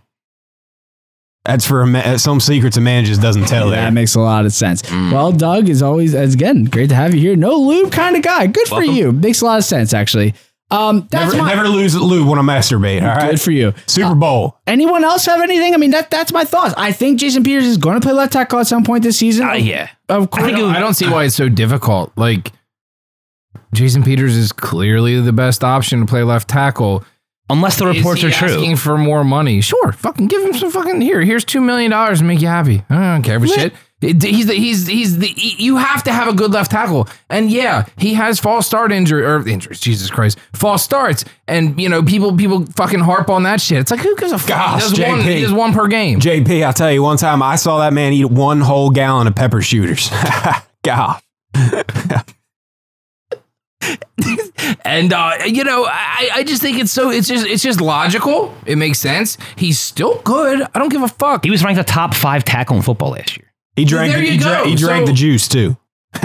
S2: That's for a ma- uh, some secrets a man just doesn't tell.
S5: That
S2: There,
S5: makes a lot of sense.
S7: Mm.
S5: Well, Doug is always as again great to have you here. No lube kind of guy. Good for
S7: Welcome.
S5: you. Makes a lot of sense actually. Um, that's
S2: never,
S5: my,
S2: never lose lube when I masturbate. All right,
S5: good for you.
S2: Super Bowl.
S5: Anyone else have anything? I mean, that that's my thoughts. I think Jason Peters is going to play left tackle at some point this season.
S7: Uh, yeah.
S5: Of course.
S7: I think it was-
S1: I don't see why it's so difficult. Like Jason Peters is clearly the best option to play left tackle.
S7: Unless the reports
S1: Is he
S7: are true.
S1: Asking for more money, sure. Fucking give him some fucking here. Here's two million dollars. Make you happy. I don't care for shit. He's the he's he's the he- you have to have a good left tackle. And yeah, he has false start injury or injuries. Jesus Christ, false starts. And you know people people fucking harp on that shit. It's like who gives a fuck?
S2: Gosh,
S1: he, does one,
S2: JP.
S1: he does one per game.
S2: JP, I'll tell you one time I saw that man eat one whole gallon of pepper shooters. Gosh.
S1: And uh, you know, I, I just think it's so it's just it's just logical. It makes sense. He's still good. I don't give a fuck.
S7: he was ranked the top five tackle in football last year.
S2: He drank.
S1: There
S2: the,
S1: you
S2: he, drank
S1: go.
S2: he drank
S1: So-
S2: the juice too.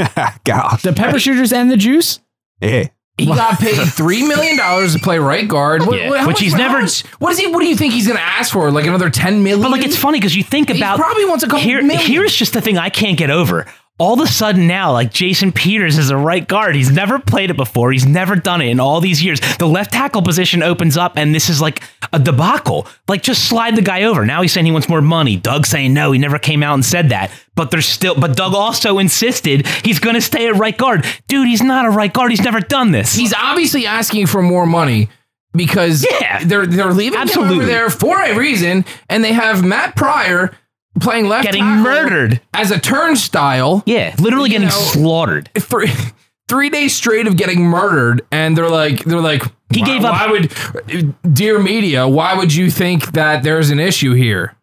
S2: Gosh.
S5: the pepper shooters and the juice.
S2: Yeah.
S1: He got paid three million dollars to play right guard, what,
S7: Yeah,
S1: what- how
S7: which
S1: much-
S7: he's
S1: how
S7: never-
S1: much- what is he? What do you think he's going to ask for? Like another ten million?
S7: But like, it's funny because you think
S1: He
S7: about
S1: probably wants a couple
S7: here,
S1: million.
S7: Here's just the thing I can't get over. All of a sudden now, like Jason Peters is a right guard. He's never played it before. He's never done it in all these years. The left tackle position opens up, and this is like a debacle. Like, just slide the guy over. Now he's saying he wants more money. Doug saying no. He never came out and said that. But there's still. But Doug also insisted he's going to stay at right guard. Dude, he's not a right guard. He's never done this.
S1: He's obviously asking for more money because
S7: Yeah.
S1: they're they're leaving him
S7: Absolutely.
S1: over there for a reason, and they have Matt Pryor playing left,
S7: Getting
S1: tackle
S7: murdered.
S1: as a turnstile.
S7: yeah, literally
S1: You
S7: getting
S1: know-
S7: slaughtered.
S1: three three days straight of getting murdered, and they're like they're like
S7: He
S1: "Why-
S7: gave up-
S1: Why would, dear media? Why would you think that there's an issue here?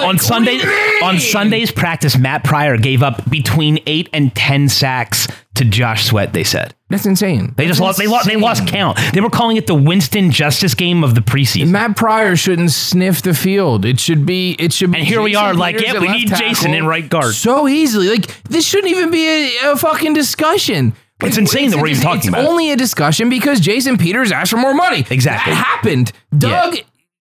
S7: on Sunday on Sunday's practice, Matt Pryor gave up between eight and ten sacks to Josh Sweat. They said
S1: That's insane.
S7: they just lost. They lost. They lost count. They were calling it the Winston Justice game of the preseason.
S1: Matt Pryor shouldn't sniff the field. It should be. It should. Be
S7: And here we are, like,
S1: Peters
S7: yeah,
S1: at
S7: we
S1: left
S7: need Jason in right guard.
S1: so easily. Like this shouldn't even be a, a fucking discussion. Like,
S7: It's insane that we're even talking
S1: it's
S7: about it.
S1: only a discussion because Jason Peters asked for more money.
S7: Exactly.
S1: that happened. Doug,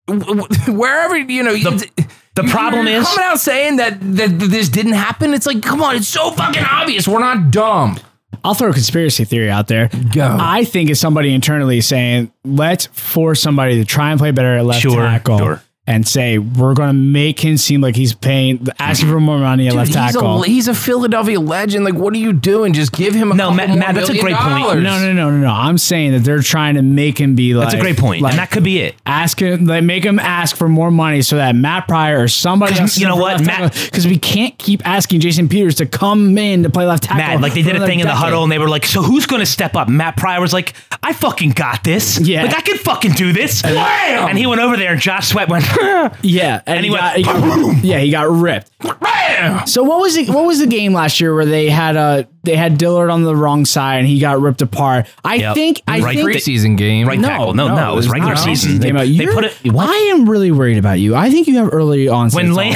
S1: w- w- wherever you know.
S7: The-
S1: you-
S7: the problem
S1: you're
S7: is-
S1: coming out saying that, that that this didn't happen. It's like, come on, it's so fucking obvious. We're not dumb.
S5: I'll throw a conspiracy theory out there.
S1: Go.
S5: I think it's somebody internally saying, let's force somebody to try and play better at left
S7: Sure,
S5: tackle.
S7: sure.
S5: And say we're going to make him seem like he's paying, asking for more money at
S1: Dude,
S5: left
S1: he's,
S5: tackle.
S1: a, he's a Philadelphia legend. Like, what are you doing? Just give him a
S7: No,
S1: couple
S7: Matt-
S1: more
S7: Matt, that's a
S1: million
S7: great point.
S1: dollars.
S5: no, no, no, no, no. I'm saying that they're trying to make him be like
S7: That's a great point,
S5: Like,
S7: and that could be it.
S5: ask him, like make him ask for more money so that Matt Pryor or somebody
S7: 'Cause
S5: else,
S7: you know what, Matt-
S5: because we can't keep asking Jason Peters to come in to play left tackle.
S7: Matt, like they
S5: for
S7: did a
S5: another
S7: thing in the
S5: decade.
S7: huddle, and they were like, "So who's going to step up?" Matt Pryor was like, "I fucking got this.
S5: Yeah.
S7: like I can fucking do this."
S1: Wham!
S7: And he went over there, and Josh Sweat went,
S5: Yeah, and, he,
S7: he
S5: got,
S7: went,
S5: he got- yeah, he got ripped. So what was it? What was the game last year where they had uh they had Dillard on the wrong side and he got ripped apart? I
S7: Yep.
S5: think I
S7: Right
S5: think
S7: preseason.
S1: Preseason game.
S7: Right tackle. No, no, it was regular
S5: not a
S7: season.
S5: game.
S7: They-
S5: You're-
S7: they put it- what?
S5: I am really worried about you. I think you have early onset.
S7: when Lane,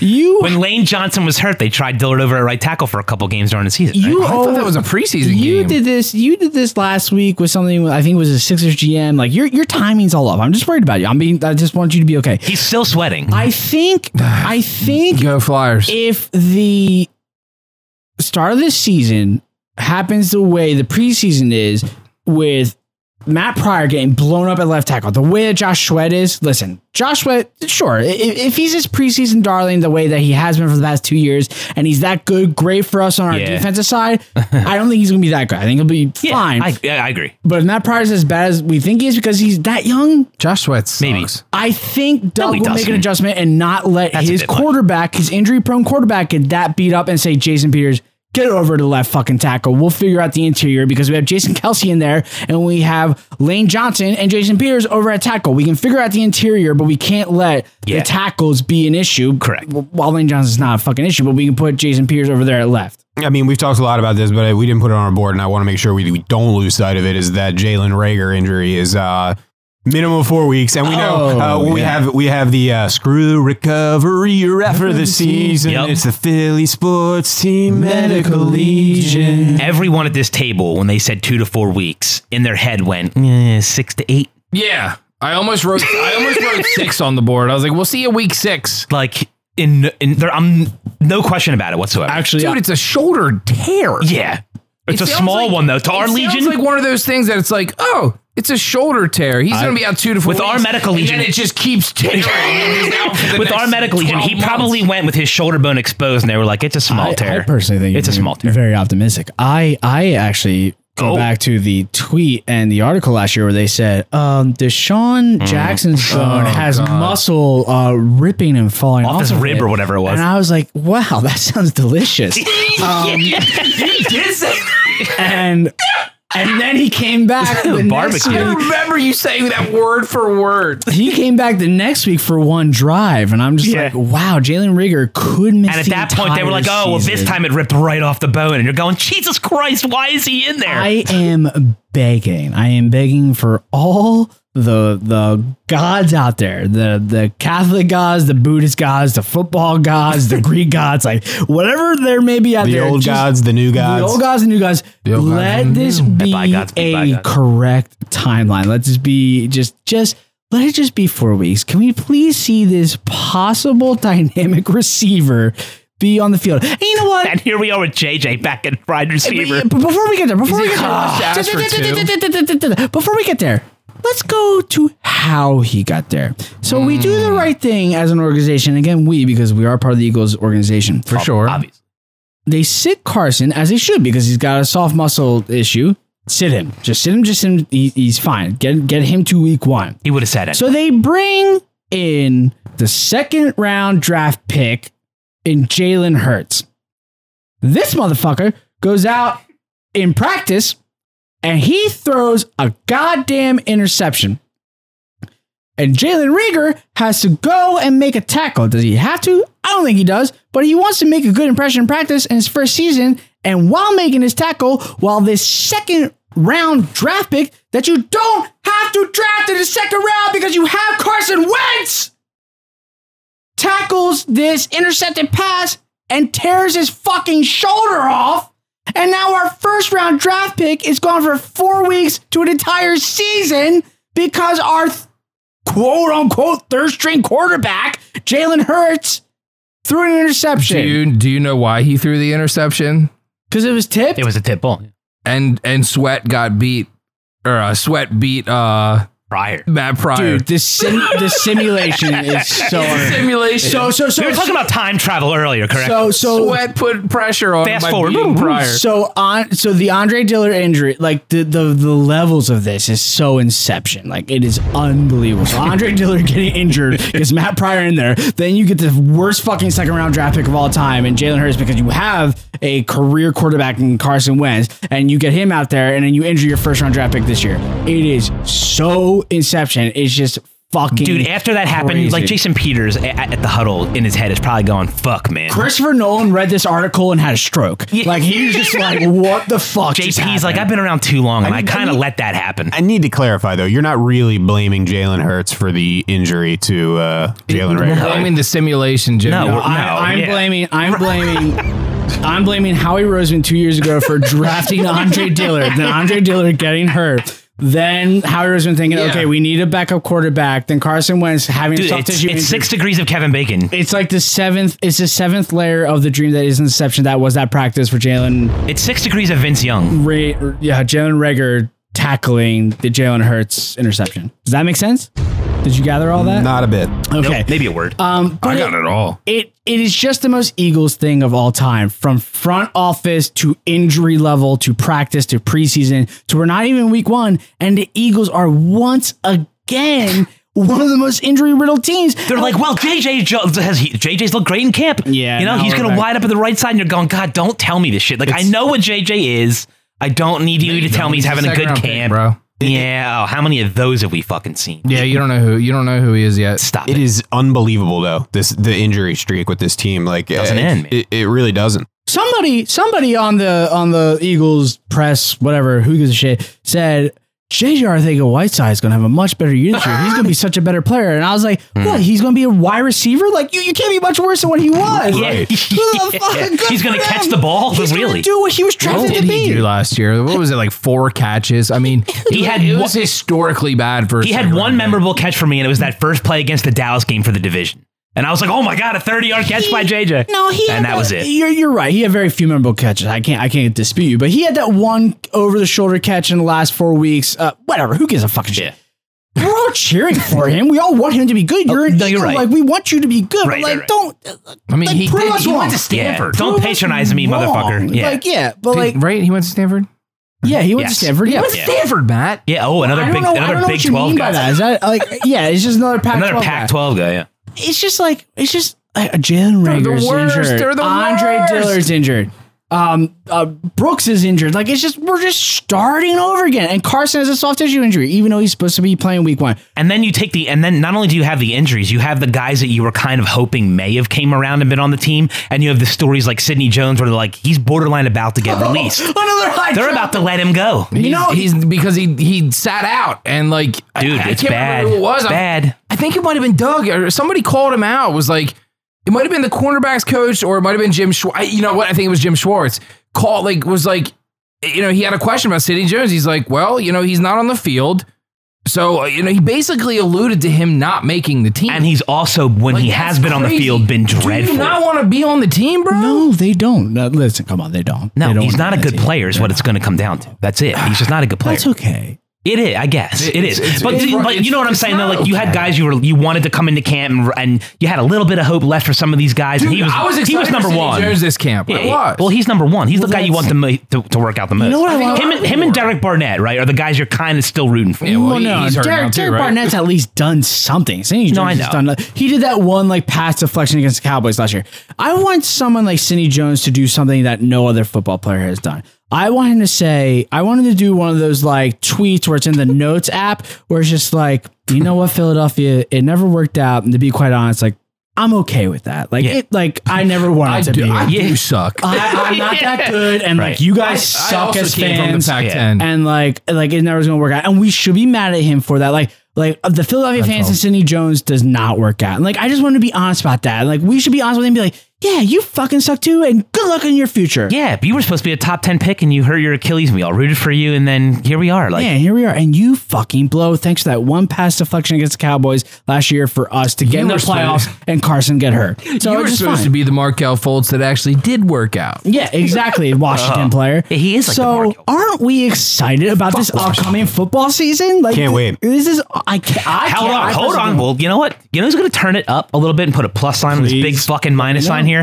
S5: you
S7: when Lane Johnson was hurt, they tried Dillard over at right tackle for a couple games during the season. right?
S5: you
S1: I thought that was a preseason
S5: You
S1: game.
S5: did this. You did this last week with something. I think it was a Sixers GM. Like your your timing's all up. I'm just worried about you. I'm being. I just want you to be okay.
S7: He's still sweating.
S5: I think. I think
S1: Go Flyers.
S5: if the start of this season happens the way the preseason is with Matt Pryor getting blown up at left tackle, the way that Josh Sweat is, listen, Josh Sweat, sure, i- i- if he's his preseason darling the way that he has been for the past two years, and he's that good, great for us on our
S7: Yeah.
S5: defensive side, I don't think he's going to be that good. I think he'll be
S7: Yeah,
S5: fine.
S7: I, yeah, I agree.
S5: but if Matt Pryor's as bad as we think he is because he's that young,
S1: Josh Sweats.
S7: Maybe.
S5: I think Doug
S7: he
S5: will make an
S7: doesn't.
S5: adjustment and not let
S7: That's a
S5: his
S7: good one.
S5: quarterback, his injury prone quarterback, get that beat up and say, Jason Peters, get over to left fucking tackle. We'll figure out the interior because we have Jason Kelsey in there and we have Lane Johnson and Jason Peters over at tackle. We can figure out the interior, but we can't let
S7: Yeah.
S5: the tackles be an issue.
S7: Correct.
S5: While Lane Johnson's not a fucking issue, but we can put Jason Peters over there at left.
S2: I mean, we've talked a lot about this, but uh, we didn't put it on our board, and I want to make sure we, we don't lose sight of it. Is that Jalen Rager injury is uh, minimum of four weeks, and we know uh,
S5: Oh,
S2: when we
S5: yeah.
S2: have we have the uh, screw recovery ref for the season.
S7: Yep.
S2: It's the Philly sports team medical legion.
S7: Everyone at this table, when they said two to four weeks, in their head went eh, six to eight.
S1: Yeah. I almost wrote I almost wrote six on the board. I was like, we'll see you week six.
S7: Like in, in there, I'm no question about it whatsoever.
S5: Actually,
S1: Dude, it's a shoulder tear.
S7: yeah, it's
S1: It
S7: a
S1: sounds
S7: small
S1: like-
S7: one though. To our
S1: it sounds
S7: legion,
S1: like one of those things that it's like, oh, it's a shoulder tear. He's going to be out two to four
S7: With our
S1: weeks,
S7: medical
S1: and
S7: legion-
S1: then it just keeps tearing. and he's out for the
S7: with
S1: next
S7: our medical legion,
S1: 12
S7: he
S1: months.
S7: probably went with his shoulder bone exposed, and they were like, "It's a small
S5: I,
S7: tear."
S5: I personally think
S7: it's a
S5: you're
S7: small tear.
S5: Very optimistic. I I actually go
S7: Oh.
S5: back to the tweet and the article last year where they said um, Deshaun
S7: Mm.
S5: Jackson's bone has muscle uh, ripping and falling off,
S7: off his
S5: of
S7: rib
S5: it.
S7: or whatever it was.
S5: And I was like, wow, that sounds delicious. and and then he came back the next
S7: Barbecue.
S5: week.
S1: I remember you saying that word for word.
S5: He came back the next week for one drive, and I'm just
S7: Yeah.
S5: like, wow, Jalen Rigger could miss.
S7: And at
S5: the
S7: that point, they were like,
S5: entire
S7: "Oh, well, this
S5: season."
S7: time it ripped right off the bone," and you're going, "Jesus Christ, why is he in there?"
S5: I am begging. I am begging for all the the gods out there, the the Catholic gods, the Buddhist gods, the football gods, the Greek gods, like whatever there may be out
S2: The
S5: there.
S2: old
S5: just-
S2: gods, the new
S5: the
S2: gods.
S5: old gods, the new gods.
S1: old gods
S5: let
S1: and the
S5: this
S1: new.
S5: be
S7: bygones be
S5: a
S7: bygones.
S5: correct timeline. Let this be just just. Let it just be four weeks. Can we please see this possible dynamic receiver be on the field? And you know what?
S7: and here we are with JJ back in wide receiver.
S5: But before we get there,
S1: Is
S5: before we
S1: it
S5: get
S1: Kalash asked for
S5: there, before we get there, let's go to how he got there. So we do the right thing as an organization. Again, we because we are part of the Eagles organization.
S1: For sure.
S7: Obviously.
S5: They sit Carson as they should because he's got a soft muscle issue. Sit him, just sit him, just sit him. He, he's fine. Get get him to week one.
S7: He would have said it.
S5: So they bring in the second round draft pick in Jalen Hurts. This motherfucker goes out in practice and he throws a goddamn interception. And Jalen Rieger has to go and make a tackle. Does he have to? I don't think he does, but he wants to make a good impression in practice in his first season. And while making his tackle, while this second round draft pick that you don't have to draft in the second round because you have Carson Wentz tackles this intercepted pass and tears his fucking shoulder off. And now our first round draft pick is gone for four weeks to an entire season because our th- quote unquote third string quarterback, Jalen Hurts, threw an
S1: Do
S5: interception.
S1: you do you know why he threw the interception?
S5: Because it was tipped.
S7: It was a tip ball.
S1: And and Sweat got beat, or uh, Sweat beat uh,
S7: Prior.
S1: Matt Pryor.
S5: Dude, this, sim- this simulation is so.
S1: Simulation.
S5: So, so, so.
S7: We were talking about time travel earlier, correct?
S5: so, so,
S1: Sweat put pressure on
S7: Fast
S1: by
S7: forward.
S1: beating Pryor.
S5: So on, so the Andre Diller injury, like the, the the levels of this is so inception, like it is unbelievable. So Andre Diller getting injured gets Matt Pryor in there, then you get the worst fucking second round draft pick of all time, and Jalen Hurts because you have a career quarterback in Carson Wentz, and you get him out there, and then you injure your first round draft pick this year. It is so inception. It's just fucking
S7: Dude, after that happened,
S5: crazy.
S7: like Jason Peters at, at the huddle in his head is probably going, fuck, man.
S5: Christopher Nolan read this article and had a stroke.
S7: Yeah.
S5: Like he was just like, "What the fuck?" just
S7: JP's like,
S5: happened?"
S7: I've been around too long, and I,
S2: need- I
S7: kind of
S2: need-
S7: let that happen.
S2: I need to clarify though, you're not really blaming Jalen Hurts for the injury to uh, Jalen
S1: We're
S2: Rager.
S1: blaming the simulation, Jim.
S7: No, we're-
S5: I, I'm
S7: yeah.
S5: blaming. I'm blaming. I'm blaming Howie Roseman two years ago for drafting Andre Dillard. Then Andre Dillard getting hurt. Then Howie Roseman thinking,
S1: Yeah.
S5: okay, we need a backup quarterback. Then Carson Wentz having a
S7: Dude,
S5: soft
S7: it's,
S5: tissue
S7: it's
S5: injury.
S7: six degrees of Kevin Bacon.
S5: It's like the seventh. It's the seventh layer of the dream that is Inception. That was that practice for Jalen.
S7: It's six degrees of Vince Young.
S5: Ray, or, yeah, Jalen Rager tackling the Jalen Hurts interception. Does that make sense? Did you gather all that?
S2: Not a bit.
S5: okay.
S7: Nope, maybe a word.
S5: Um, but
S1: I
S5: it-
S1: got it all.
S5: it it is just the most Eagles thing of all time, from front office to injury level to practice to preseason to we're not even week one, and the Eagles are once again one of the most injury riddled teams.
S7: They're like, well, JJ jo- has he, JJ's looked great in camp.
S5: Yeah,
S7: you know
S5: now
S7: he's
S5: we're
S7: gonna
S5: back.
S7: wide up at the right side, and you're going, God, don't tell me this shit. Like I know what JJ is. I don't need you to tell me he's having a
S1: Second
S7: good
S1: round
S7: camp,
S1: pick, bro.
S7: Yeah. Oh, how many of those have we fucking seen?
S1: Yeah, you don't know who you don't know who he is yet.
S7: Stop
S2: It
S7: it.
S2: is unbelievable though. This the injury streak with this team like
S7: Doesn't
S2: uh,
S7: end, man.
S2: It, it really doesn't.
S5: Somebody somebody on the on the Eagles press, whatever, who gives a shit, said JJ Arthega Whiteside is going to have a much better year this year. He's going to be such a better player. And I was like,
S7: Hmm.
S5: what? He's going to be a wide receiver? Like, you, you can't be much worse than what he was.
S7: Yeah.
S5: Who the fuck-
S7: Yeah.
S5: good
S7: He's
S5: for
S7: gonna
S5: them.
S7: catch the ball,
S5: He's gonna
S7: really.
S5: do what he was
S1: What
S5: drafted
S1: did
S5: to be.
S1: he do last year? What was it like? Four catches. I mean,
S7: He had
S1: it
S7: one-
S1: was historically bad for. a
S7: He had
S1: second round
S7: one
S1: pick.
S7: memorable catch for me, and it was that first play against the Dallas game for the division. And I was like, oh my god, a 30 yard catch by JJ.
S5: No, he
S7: and
S5: had
S7: that was it.
S5: You're you're right. He had very few memorable catches. I can't I can't dispute you, but he had that one over the shoulder catch in the last four weeks. Uh, whatever. Who gives a fucking shit? We're all cheering for him. We all want him to be good. You're, an
S7: Oh, no, you're
S5: Eagle.
S7: right.
S5: Like we want you to be good,
S7: Right,
S5: but like
S7: right, right.
S5: don't.
S1: I mean,
S5: like,
S1: he,
S5: prove
S1: did,
S5: us
S1: he
S5: wrong.
S1: went to Stanford.
S7: Yeah. Don't
S5: prove us
S7: patronize me,
S5: wrong.
S7: motherfucker. Yeah.
S5: Like yeah, but
S1: Did-
S5: like
S1: right? He went to Stanford.
S5: yeah, he went
S7: Yes.
S5: to Stanford. Yeah,
S1: He went to Stanford, Matt.
S7: Yeah. Oh,
S5: I
S7: another
S5: don't
S7: big,
S5: know. I don't
S7: another
S5: know
S7: Big
S5: what you
S7: 12
S5: mean by
S7: guy.
S5: that. Is that like yeah? It's just another Pac-12.
S7: Another
S5: guy.
S7: Pac 12 guy. Yeah.
S5: it's just like it's just like a Jalen
S1: the
S5: Rager's
S1: worst.
S5: injured.
S1: They're the
S5: Andre
S1: worst.
S5: Dillard's injured. Um, uh, Brooks is injured. Like it's just we're just starting over again. And Carson has a soft tissue injury, even though he's supposed to be playing week one.
S7: And then you take the, and then not only do you have the injuries, you have the guys that you were kind of hoping may have came around and been on the team, and you have the stories like Sidney Jones where they're like he's borderline about to get released.
S5: Another high.
S7: They're about to let him go, dude.
S1: You
S5: know-
S1: he's because he he sat out and like dude, I,
S7: It's
S1: can't
S7: bad.
S1: Remember who it was
S7: It's
S1: I-
S7: bad.
S1: I think it might have been Doug or somebody called him out. Was like, it might have been the cornerbacks coach or it might have been Jim. Schw- I- you know what? I think it was Jim Schwartz. Called like was like, you know, he had a question about Sidney Jones. He's like, well, you know, he's not on the field, so uh, you know, he basically alluded to him not making the team.
S7: And he's also when
S1: Like,
S7: he
S1: that's
S7: has been on the
S1: crazy.
S7: field been
S1: Do
S7: dreadful.
S1: you not want to be on the team, bro?
S5: No, they don't. No, listen, come on, they don't.
S7: no,
S5: They don't
S7: he's not a
S5: want
S7: good
S5: that team.
S7: player. Is what it's going to come down to. That's it. He's just not a good player.
S5: That's okay.
S7: It is, I guess. It
S1: It's-
S7: is.
S1: it's-
S7: but
S1: it's
S7: did-
S1: right.
S7: but you know what I'm
S1: It's-
S7: saying?
S1: it's
S7: Though,
S1: not
S7: like you had
S1: okay.
S7: guys you were you wanted to come into camp and, and you had a little bit of hope left for some of these guys.
S1: Dude,
S7: and he was
S1: I was excited
S7: he was
S1: for
S7: number
S1: Sidney
S7: one.
S1: Jones this camp.
S7: Yeah,
S1: it
S7: yeah.
S1: was.
S7: Well, he's number one. He's the guy you want
S5: that's-
S7: the mo- to, to work out the most.
S5: know what I want?
S7: Him and him and Derek Barnett, right, are the guys you're kind of still rooting for.
S1: Yeah, well,
S5: Well,
S1: he-
S5: no,
S1: he's hurt now
S5: Derek,
S1: too,
S5: Derek
S1: right?
S5: Barnett's at least done something. Sidney Jones
S7: No, I
S5: has
S7: know.
S5: done nothing. he did that one like pass deflection against the Cowboys last year. I want someone like Sidney Jones to do something that no other football player has done. I want him to say, I wanted to do one of those like tweets where it's in the notes app where it's just like, you know what, Philadelphia, it never worked out. And to be quite honest, like, I'm okay with that. Like, it, like I never wanted
S1: I
S5: to
S1: do,
S5: be.
S1: I
S5: here.
S1: do suck.
S5: I, I'm not that good, and like
S7: Right.
S5: you guys
S1: I
S5: suck
S1: also
S5: as
S1: came from the
S5: fans,
S1: Pac-10. Yeah.
S5: and like like it never's gonna work out, and we should be mad at him for that. Like like the Philadelphia fans and Sidney Jones does not work out, and like I just want to be honest about that. Like we should be honest with him, and be like, yeah, you fucking suck too, and good luck in your future.
S7: Yeah, but you were supposed to be a top 10 pick and you hurt your Achilles and we all rooted for you and then here we are. Like,
S5: Yeah, here we are, and you fucking blow thanks to that one pass deflection against the Cowboys last year for us to get in the
S1: were
S5: playoffs
S1: supposed-
S5: and Carson get hurt. So
S1: you were
S5: it's just
S1: supposed
S5: fine.
S1: to be the Markel Fultz that actually did work out.
S5: Yeah, exactly. Washington player.
S7: Yeah, he is like the
S5: so.
S7: Mark Hill.
S5: aren't we excited about this upcoming football season? Like,
S2: Can't wait.
S5: This is I can't. I
S7: Hold
S5: can't, I
S7: on, hold
S5: personally-
S7: on. Well, you know what? You know who's going to turn it up a little bit and put a plus sign on this big
S2: Please.
S7: fucking minus sign here?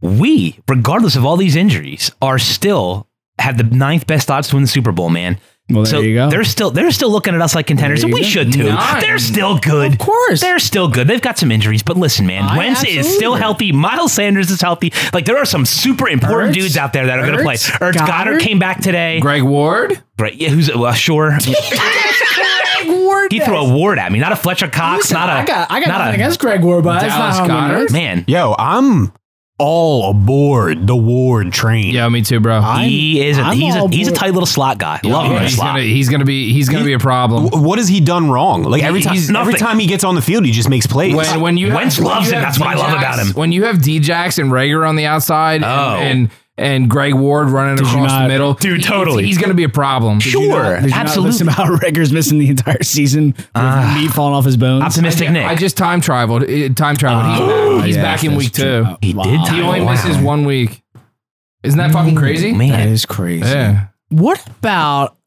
S7: We, regardless of all these injuries, are still have the ninth best odds to win the Super Bowl, man.
S5: Well, there
S7: so
S5: you go.
S7: They're still they're still looking at us like contenders,
S5: There
S7: and
S5: you
S7: we
S5: go.
S7: should too.
S1: Nine.
S7: They're still good,
S5: Of course.
S7: They're still good. They've got some injuries, but listen, man,
S5: I
S7: Wentz is
S5: absolutely
S7: still
S5: agree.
S7: healthy. Miles Sanders is healthy. Like there are some super important
S5: Ertz,
S7: dudes out there that are going to play.
S5: Ertz,
S7: Ertz Goddard,
S5: Goddard.
S7: came back today.
S1: Greg Ward,
S7: Right? Yeah, who's well, sure. He threw a ward at me, not a Fletcher Cox, not a.
S5: I got. I got
S7: not
S5: nothing
S7: a,
S5: against Greg Ward, but that's not
S1: Dallas
S5: how I'm gonna-
S1: Goddard.
S7: Man,
S2: Yo, I'm all aboard the Ward train.
S1: Yeah, me too, bro.
S7: he is. A,
S5: I'm
S7: he's a
S5: all
S7: he's a
S5: aboard.
S7: tight little slot guy. Love him in
S1: Yeah,
S7: the
S1: he's,
S7: slot.
S1: gonna, he's gonna be he's gonna be a problem.
S2: W- What has he done wrong? Like every time,
S7: He's
S2: every
S7: nothing.
S2: time he gets on the field, he just makes plays.
S1: When when you
S7: Wentz
S1: when
S7: loves
S1: you
S7: him.
S1: have
S7: That's what I love about him.
S1: When you have Djax and Rager on the outside
S7: Oh.
S1: and, and and Greg Ward running across
S5: not-
S1: the middle,
S7: Dude,
S1: he's-
S7: totally.
S1: he's gonna be a problem.
S7: Sure,
S5: Did you not listen
S7: absolutely.
S5: about Rager's missing the entire season with meat falling off his bones. Oh,
S7: Optimistic Nick. Oh,
S1: I just time traveled. eh, Time traveled. He's back, he's
S5: Yeah,
S1: back in
S5: that's
S1: week
S5: true.
S1: two.
S5: Oh,
S7: He
S5: wow.
S7: did
S1: He
S7: time.
S1: only
S7: Wow. Mm,
S1: misses one week. Isn't that fucking crazy?
S5: That
S7: man.
S5: is crazy.
S1: Yeah.
S5: What about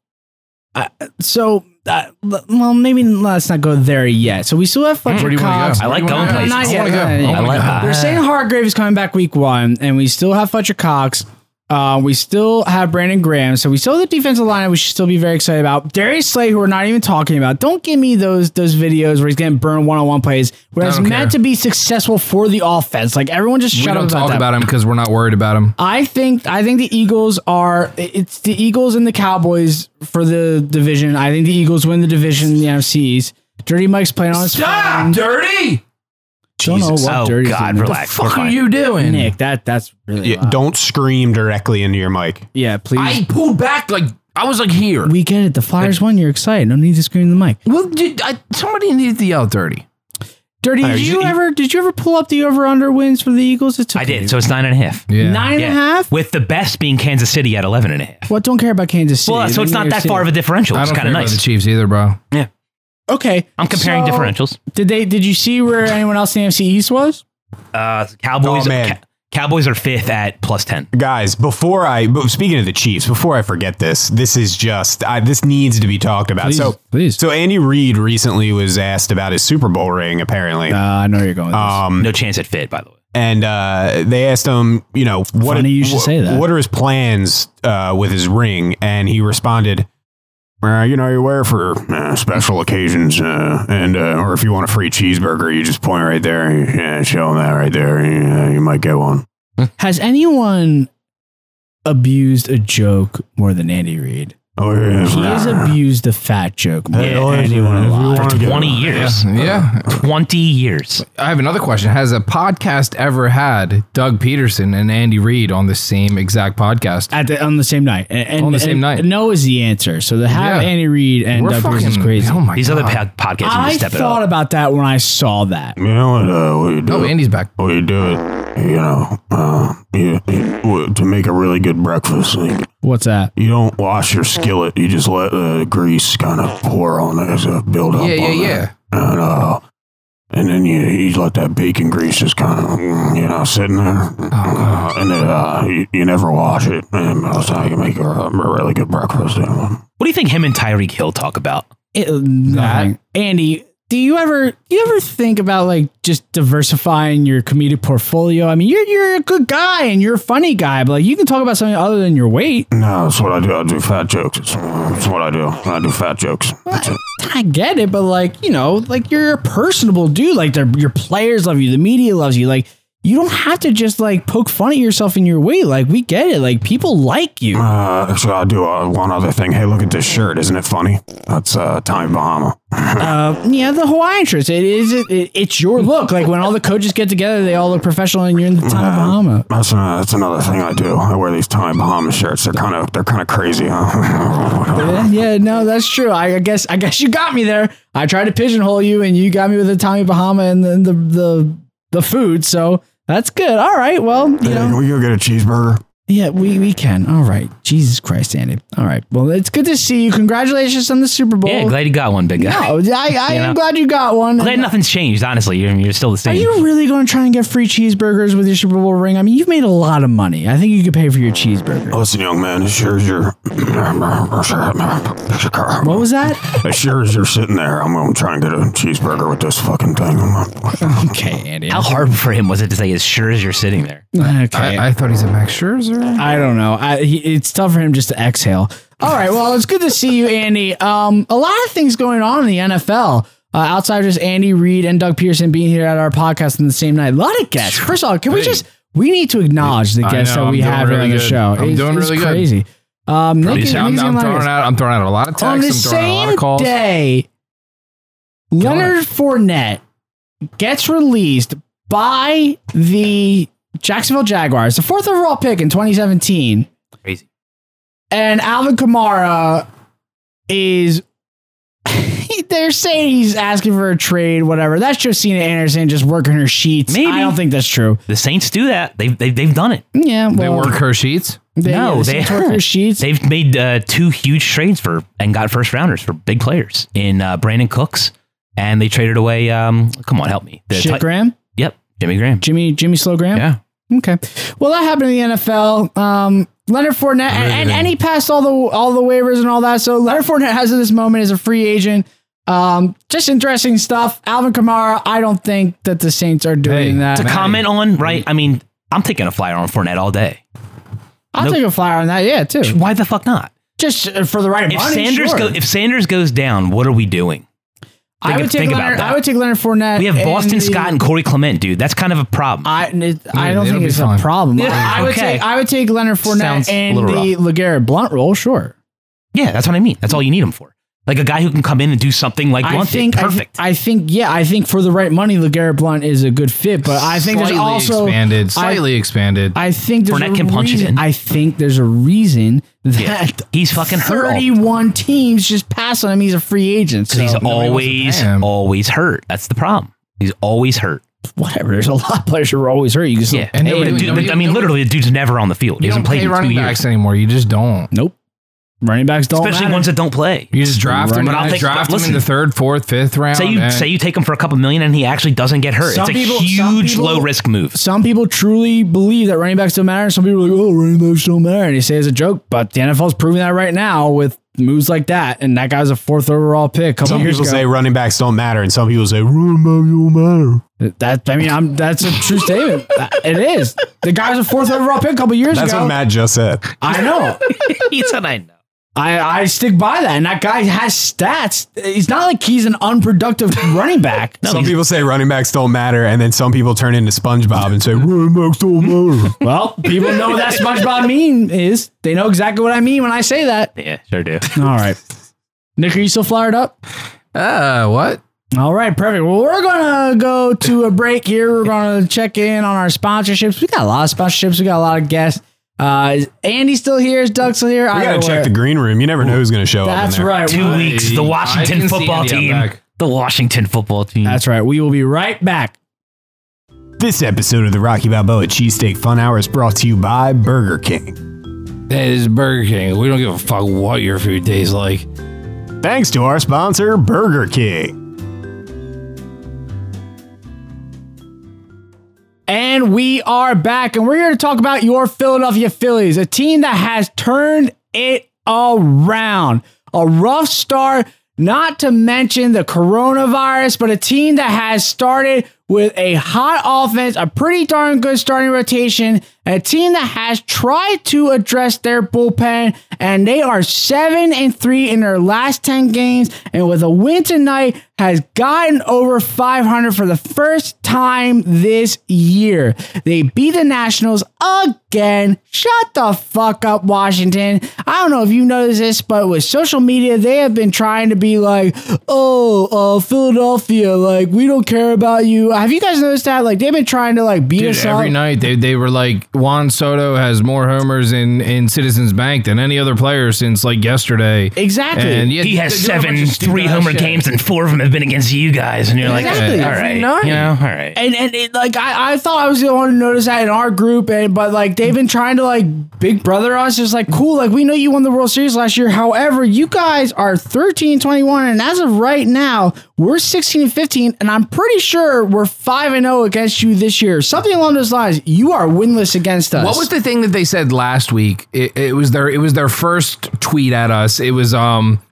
S5: uh, so? Uh, l- well, maybe let's not go there yet. So we still have Fletcher
S1: Where do you want
S5: Cox.
S1: to go?
S7: I like
S1: Where do you
S7: going
S1: wanna
S7: places.
S1: Go? I
S5: Not
S1: want to
S5: yet.
S1: go.
S5: Yeah, yeah,
S1: I
S7: yeah.
S1: wanna
S7: I like
S1: go.
S5: They're saying Hargrave is coming back week one, and we still have Fletcher Cox. Uh, we still have Brandon Graham, so we still have the defensive line. We should still be very excited about Darius Slay, who we're not even talking about. Don't give me those those videos where he's getting burned one on one plays, where it's
S1: don't
S5: meant
S1: care.
S5: to be successful for the offense. Like everyone, just
S1: We
S5: shut up
S1: don't
S5: about
S1: talk
S5: that.
S1: about him because we're not worried about him.
S5: I think I think the Eagles are it's the Eagles and the Cowboys for the division. I think the Eagles win the division in the NFCs. Dirty Mike's playing on his phone.
S1: dirty.
S5: Don't know
S2: Jesus.
S5: what
S7: Oh,
S5: Dirty's
S7: God,
S5: doing. What the
S7: relax.
S5: fuck
S7: We're
S1: What
S5: are
S1: are
S7: fine.
S1: you doing,
S5: Nick, that that's really
S2: Yeah,
S5: loud.
S2: don't scream directly into your mic.
S5: yeah, please.
S1: I pulled back like I was like here.
S5: we get it. The Flyers won. You're excited. No need to scream in the mic.
S1: Well, dude, I, somebody needed to yell dirty.
S5: Dirty.
S2: Hey,
S5: Did
S2: you-
S5: you,
S2: you-
S5: ever did you ever pull up the over under wins for the Eagles? It's
S7: I did. So it's nine and a half.
S1: Yeah.
S5: nine and a half.
S7: Yeah. With the best being Kansas City at 11 and a half.
S5: Well, don't care about Kansas City.
S7: Well, so it's not that far of a differential.
S1: I
S7: It's
S1: don't care
S7: kind of
S1: about the
S7: nice.
S1: Chiefs either, bro.
S5: a okay.
S7: I'm comparing
S5: so,
S7: differentials.
S5: Did they? Did you see where anyone else in the NFC East was?
S7: Uh, Cowboys.
S2: Oh, man.
S7: Ca- Cowboys are fifth at plus 10.
S2: Guys, before I but speaking of the Chiefs, before I forget this, this is just I, this needs to be talked about.
S5: Please,
S2: so,
S5: please.
S2: so Andy Reid recently was asked about his Super Bowl ring, apparently,
S5: Uh, I know where you're going. With this.
S2: um,
S7: No chance at fit, by the way.
S2: and uh, they asked him, you know, what
S5: Funny you should
S2: wh-
S5: say that.
S2: What are his plans uh, with his ring? And he responded. Uh, you know, you wear it for uh, special occasions, uh, and uh, or if you want a free cheeseburger, you just point right there and yeah, show them that right there. Yeah, you might get one.
S5: Has anyone abused a joke more than Andy Reid?
S2: Oh yeah,
S5: He has abused the fat joke more
S2: Yeah,
S5: than
S2: if you
S5: anyone
S2: wanna
S5: alive.
S2: get one.
S7: 20 years.
S1: Yeah.
S7: 20 years.
S1: I have another question. Has a podcast ever had Doug Peterson and Andy Reid on the same exact podcast?
S5: At the, on the same night. And, and-
S1: On the same
S5: and
S1: night.
S5: No is the answer. So the have
S1: Yeah.
S5: Andy Reid and
S1: We're
S5: Doug Pearson is
S1: fucking
S5: crazy.
S1: Oh my
S7: These
S1: god.
S7: other pod- podcasts need
S5: I
S7: to step it
S5: thought
S7: up.
S5: about that when I saw that.
S2: You know what? Uh, we do.
S1: oh, Andy's back.
S2: we do it. You know, uh, you, you- w- to make a really good breakfast, like,
S5: What's that?
S2: you don't wash your skillet. You just let the grease kind of pour on it, as a build up.
S1: Yeah, yeah,
S2: on
S1: yeah.
S2: It. And uh, and then you, you let that bacon grease just kind of you know sitting there,
S8: Oh,
S2: uh, and then uh, you, you never wash it. And that's how you make a, a really good breakfast. You know?
S7: What do you think him and Tyreek Hill talk about?
S5: It, nothing. Andy, do you ever do you ever think about like just diversifying your comedic portfolio? I mean, you're you're a good guy and you're a funny guy, but like you can talk about something other than your weight.
S2: No, that's what I do. I do fat jokes. That's, that's what I do. I do fat jokes. That's it.
S5: I get it, but like you know, like you're a personable dude. Like they're- your players love you, the media loves you. Like you don't have to just like poke fun at yourself in your weight. Like we get it. Like people like you.
S2: Uh, so I'll do uh, one other thing. Hey, look at this shirt. Isn't it funny? That's uh, Tommy Bahama.
S5: Uh, yeah, the Hawaiian shirts. It is. It, it, it's your look. Like when all the coaches get together, they all look professional, and you're in the town of Bahama.
S2: That's, uh, that's another thing I do. I wear these Tommy Bahama shirts. They're kind of they're kind of crazy, huh?
S5: Yeah, yeah, no, that's true. I, I guess. I guess you got me there. I tried to pigeonhole you, and you got me with the Tommy Bahama and the the the, the food. So that's good. All right. Well, you
S2: Hey,
S5: know.
S2: can we go get a cheeseburger?
S5: Yeah, we, we can. All right. Jesus Christ, Andy. All right. Well, it's good to see you. Congratulations on the Super Bowl.
S7: Yeah, glad you got one, big guy.
S5: Oh, I, I
S7: You know?
S5: am glad you got one.
S7: Glad nothing's changed. Honestly, you're, you're still the
S5: Are
S7: same.
S5: you really going to try and get free cheeseburgers with your Super Bowl ring? I mean, you've made a lot of money. I think you could pay for your
S7: Oh,
S5: cheeseburger.
S2: Listen, young man, as sure as you're,
S5: What was that?
S2: as sure as you're sitting there, I'm gonna try and get a cheeseburger with this fucking thing.
S5: Okay, Andy.
S7: How hard for him was it to say, as sure as you're sitting there?
S5: Okay.
S8: I, I thought he's a Max Scherzer.
S5: I don't know. I, he, it's tough for him just to exhale. All right. Well, it's good to see you, Andy. Um, a lot of things going on in the NFL. Uh, outside just Andy Reid and Doug Pearson being here at our podcast on the same night. A lot of guests. First of all, can we just we need to acknowledge the
S8: I
S5: guests
S8: know,
S5: that we
S8: I'm doing
S5: have here
S8: really
S5: on the
S8: good.
S5: show.
S8: I'm doing really good.
S5: crazy. Um, Nick and-
S8: I'm,
S5: Nick's
S8: I'm
S5: gonna like
S8: throwing
S5: us.
S8: out. I'm throwing out a lot of
S5: on the
S8: texts. I'm throwing out a lot
S5: same
S8: of calls.
S5: day, Leonard Fournette gets released by the Jacksonville Jaguars, the fourth overall pick in 2017.
S7: Crazy.
S5: And Alvin Kamara is. They're saying he's asking for a trade, whatever. That's Josina Anderson just working her sheets.
S7: Maybe.
S5: I don't think that's true.
S7: The Saints do that. They've, they've, they've done it.
S5: Yeah, well,
S8: They work her sheets.
S5: They, yeah,
S7: No,
S5: the
S7: they-
S5: Saints work her sheets.
S7: They've made uh, two huge trades for and got first rounders for big players in uh, Brandon Cooks, and they traded away. Um, come on, help me. The
S5: Shit,
S7: Ti-
S5: Graham,
S7: Yep, Jimmy Graham.
S5: Jimmy, Jimmy Slow Graham.
S7: Yeah,
S5: Okay. Well, that happened in the NFL. Um, Leonard Fournette, and, and, and he passed all the all the waivers and all that. So Leonard Fournette has at this moment as a free agent. Um, just interesting stuff. Alvin Kamara, I don't think that the Saints are doing
S8: Hey,
S5: that.
S7: to comment on right. I mean, I'm taking a flyer on Fournette all day.
S5: I'll
S7: nope.
S5: take a flyer on that. Yeah, too.
S7: Why the fuck not?
S5: Just uh, for the right
S7: If
S5: money.
S7: Sanders
S5: sure.
S7: go, if Sanders goes down, what are we doing?
S5: I would take
S7: think about
S5: Leonard.
S7: that.
S5: I would take Leonard Fournette.
S7: We have
S5: and
S7: Boston
S5: the-
S7: Scott and Corey Clement, dude. That's kind of a problem.
S5: I, it, I
S8: Yeah,
S5: don't
S8: it'll
S5: think
S8: be
S5: it's
S8: fine.
S5: a problem.
S7: Yeah,
S5: I would
S7: okay.
S5: take I would take Leonard Fournette
S8: Sounds a
S5: and the
S8: little
S5: Legarrette Blunt role. Sure.
S7: yeah, that's what I mean. That's all you need him for. Like a guy who can come in and do something like
S5: I
S7: Blunt did.
S5: think I thi-
S7: Perfect.
S5: I, think yeah, I think for the right money, Legarrette Blunt is a good fit. But I think there's
S8: slightly
S5: also
S8: expanded. Slightly expanded.
S5: I think there's
S7: Fournette
S5: a
S7: can punch it
S5: reason,
S7: in.
S5: I think there's a reason that
S7: He's fucking hurt all-
S5: 31 teams just pass on him. He's a free agent. So
S7: He's
S8: nobody wants to
S7: always
S8: pay him.
S7: always hurt. That's the problem. He's always hurt.
S5: whatever. There's a lot of players who are always hurt. You can still,
S7: Yeah,
S8: And
S7: Hey,
S8: nobody-
S7: the dude-
S8: nobody-
S7: I mean,
S8: nobody-
S7: literally, the dude's never on the field. He
S8: you don't
S7: hasn't played
S8: pay
S7: in two
S8: running
S7: years,
S8: backs anymore. You just don't.
S5: nope. Running backs don't
S7: especially
S5: matter.
S7: ones that don't play.
S8: You just draft him.
S5: Running
S8: But
S7: backs.
S8: I'll draft him in
S7: Listen.
S8: the third, fourth, fifth round.
S7: Say you
S8: and-
S7: say you take him for a couple million and he actually doesn't get hurt.
S5: Some
S7: it's a
S5: people- some
S7: huge
S5: people-
S7: low risk move.
S5: some people truly believe that running backs don't matter. Some people are like, oh, running backs don't matter. And they say it's a joke, but the NFL's proving that right now with moves like that. And that guy was a fourth overall pick a couple
S2: Some
S5: years
S2: people
S5: ago.
S2: say running backs don't matter, and some people say running backs don't matter.
S5: That I mean, I'm that's a true statement. it is. The guy was a fourth overall pick a couple years
S2: That's
S5: ago.
S2: what Matt just said.
S5: I know.
S7: he said, "I know."
S5: I I stick by that. And that guy has stats. He's not like he's an unproductive running back.
S2: some people say running backs don't matter, and then some people turn into SpongeBob and say running backs don't matter.
S5: Well, people know what that SpongeBob mean is. They know exactly what I mean when I say that.
S7: Yeah, sure do.
S5: All right. Nick, are you still fired up?
S8: Uh, what?
S5: All right, perfect. Well, we're gonna go to a break here. We're gonna check in on our sponsorships. We got a lot of sponsorships. We got a lot of guests. Uh, is Andy still here? Is Doug still here?
S2: We gotta check the green room. You never know who's gonna show up. in
S5: That's
S2: there.
S5: right.
S7: Two
S5: We-
S7: weeks. The
S8: I
S7: Washington
S8: can see
S7: football
S8: India
S7: team.
S8: back.
S7: The Washington football team.
S5: That's right. We will be right back.
S2: This episode of the Rocky Balboa Cheesesteak Fun Hour is brought to you by Burger King.
S8: That is Burger King. We don't give a fuck what your food tastes like.
S2: Thanks to our sponsor, Burger King.
S5: And we are back, and we're here to talk about your Philadelphia Phillies, a team that has turned it around. A rough start, not to mention the coronavirus, but a team that has started with a hot offense, a pretty darn good starting rotation, a team that has tried to address their bullpen, and they are seven and three in their last ten games, and with a win tonight, has gotten over 500 for the first time this year. They beat the Nationals again. Shut the fuck up, Washington. I don't know if you noticed this, but with social media, they have been trying to be like, oh, uh, Philadelphia, like, we don't care about you. Have you guys noticed that? Like, they've been trying to, like, beat
S8: Dude,
S5: us
S8: every
S5: up.
S8: night they, they were like Juan Soto has more homers in, in Citizens Bank than any other player since like yesterday.
S5: Exactly.
S8: And yeah,
S7: He has
S8: they're doing a bunch
S7: seven
S8: of stupid
S7: three
S8: ass
S7: homer
S8: shit.
S7: games, and four of them have been against you guys. And you're like,
S5: Exactly.
S7: all right,
S5: Every
S7: you know,
S5: night.
S7: all right.
S5: and and it, like I, I thought I was the one to notice that in our group, and but like they've been trying to like big brother us. It's like cool, like we know you won the World Series last year. However, you guys are 13 21, and as of right now, we're 16 and 15, and I'm pretty sure we're 5 and 0 against you this year. Something along those lines. You are winless against us.
S8: What was the thing that they said last week? It, it was their it was their first tweet at us. It was um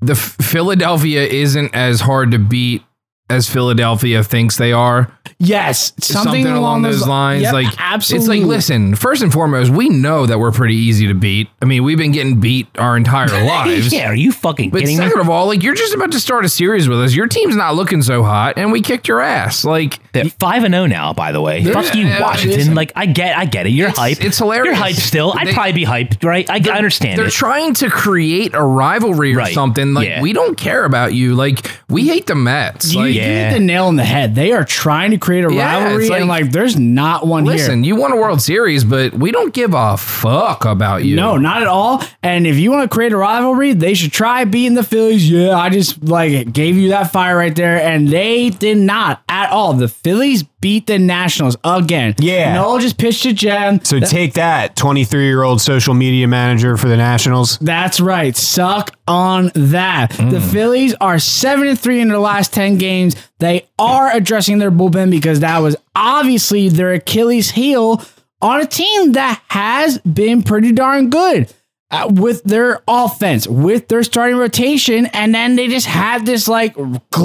S8: the F- Philadelphia isn't as hard to beat as Philadelphia thinks they are.
S5: yes,
S8: Something, along, those
S5: li-
S8: lines.
S5: Yep,
S8: like
S5: absolutely.
S8: It's like listen, first and foremost, we know that we're pretty easy to beat. I mean, we've been getting beat our entire lives.
S7: Yeah, are you fucking
S8: But
S7: kidding me?
S8: second of all, like you're just about to start a series with us. Your team's not looking so hot, and we kicked your ass. Like
S7: They're five and zero now, by the way. Fuck you,
S8: yeah,
S7: Washington.
S8: listen.
S7: Like I get, I get it. You're hype.
S8: it's hilarious.
S7: You're hype still. I'd
S8: They-
S7: probably be hyped, right? I, I understand
S8: they're
S7: it.
S8: trying to create a rivalry or
S7: Right.
S8: something. Like
S7: Yeah.
S8: we don't care about you. Like we hate the Mets.
S5: You,
S8: Like
S5: you hit the nail on the head. They are trying to create a
S8: Yeah, it's
S5: rivalry, and
S8: like-
S5: like there's not one here.
S8: listen, you won a World Series, but we don't give a fuck about you.
S5: No, not at all. And if you want to create a rivalry, they should try beating the Phillies. Yeah, I just like gave you that fire right there, and they did not at all. The Phillies beat the Nationals again.
S2: Yeah.
S5: Noel just pitched to Jen.
S2: So take that, 23 year old social media manager for the Nationals.
S5: That's right. Suck on that. The Phillies are seven and three in their last ten games. They are addressing their bullpen because that was obviously their Achilles heel on a team that has been pretty darn good uh, with their offense, with their starting rotation, and then they just had this like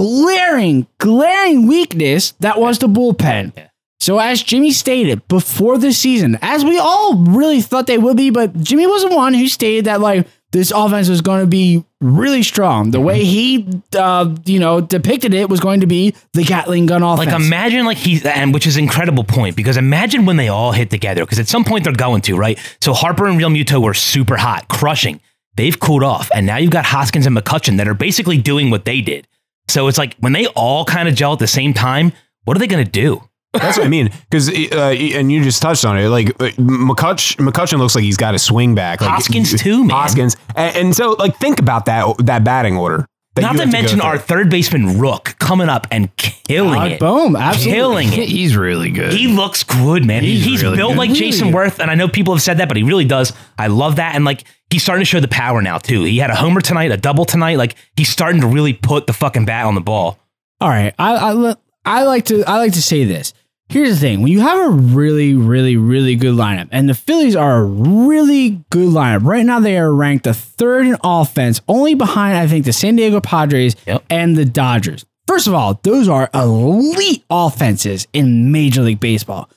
S5: glaring, glaring weakness that was the bullpen. So, as Jimmy stated before this season, as we all really thought they would be, but Jimmy was the one who stated that like this offense was going to be really strong. The way he, uh, you know, depicted it was going to be the Gatling gun offense.
S7: Like imagine like he and which is an incredible point because imagine when they all hit together because at some point they're going to right. So Harper and Real Muto were super hot, crushing. They've cooled off, and now you've got Hoskins and McCutcheon that are basically doing what they did. So it's like when they all kind of gel at the same time, what are they going to do?
S2: That's what I mean. Because, uh, and you just touched on it. Like, uh, McCutch, McCutcheon looks like he's got a swing back. Like,
S7: Hoskins too, man.
S2: Hoskins. And, and so, like, think about that that batting order. that
S7: Not
S2: you
S7: to
S2: have go
S7: mention
S2: through.
S7: our third baseman Rook coming up and killing
S5: Uh,
S7: it.
S5: boom, absolutely.
S7: killing it.
S8: he's really good.
S7: He looks good, man. He's,
S8: He's really
S7: built
S8: good.
S7: like Jason Worth, and I know people have said that, but he really does. I love that, and like he's starting to show the power now too. He had a homer tonight, a double tonight. Like he's starting to really put the fucking bat on the ball.
S5: All right, I, I li- I like to I like to say this. Here's the thing: when you have a really, really, really good lineup, and the Phillies are a really good lineup right now, they are ranked the third in offense, only behind I think the San Diego Padres
S7: Yep.
S5: and the Dodgers. First of all, those are elite offenses in Major League Baseball,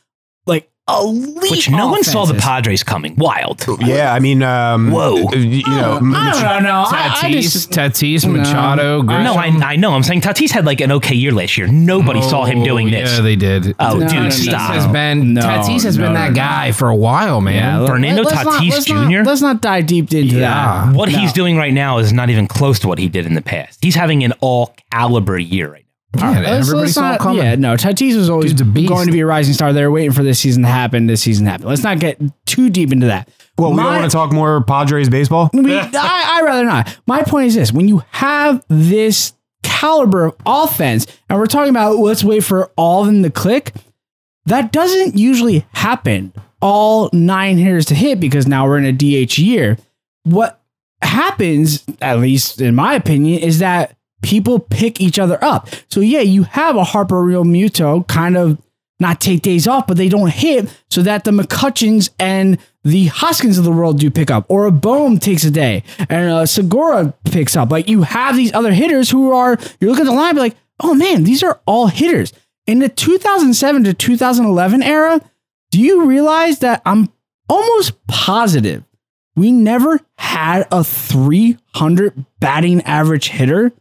S5: like elite.
S7: Which no one saw the
S5: offenses.
S7: Padres coming. Wild.
S2: Yeah, I mean, um,
S7: Whoa.
S2: y- You
S1: Oh,
S2: know,
S5: I don't know. I, I
S8: Tatis,
S5: just
S8: Tatis, Machado, Grisham.
S7: No, I, I know. I'm saying Tatis had like an okay year last year. Nobody saw
S1: Oh,
S7: him doing this.
S8: Oh, Yeah, they did.
S7: oh, dude,
S5: no, no,
S7: stop.
S8: Tatis has been
S5: No,
S8: Tatis has
S5: no,
S8: been
S5: no,
S8: that
S5: no.
S8: guy for a while, man.
S7: Fernando
S5: Let's not-
S7: Tatis
S5: let's
S7: Jr.
S5: Not, let's not dive deep into that.
S8: yeah.
S7: what he's doing right now is not even close to what he did in the past. He's having an all caliber year right now.
S8: Man,
S5: Let's-
S8: everybody
S5: let's
S8: saw it
S5: not-
S8: coming.
S5: Yeah, no, Tatis was always
S8: Dude's a beast.
S5: going to be a rising star. They were waiting for this season to happen. This season happened. Let's not get too deep into that.
S2: well, we don't want to talk more Padres baseball.
S5: I, mean, I, I'd rather not. My point is this: when you have this caliber of offense, and we're talking about let's wait for all of them to click, that doesn't usually happen. All nine hitters to hit because now we're in a DH year. What happens, at least in my opinion, is that people pick each other up. So yeah, you have a Harper Real Muto kind of not take days off, but they don't hit so that the McCutcheons and the Hoskins of the world do pick up, or a Bohm takes a day and uh, Segura picks up. Like you have these other hitters who are, you look at the line and be like, oh man, these are all hitters. In the 2007 to 2011 era, Do you realize that I'm almost positive we never had a 300 batting average hitter?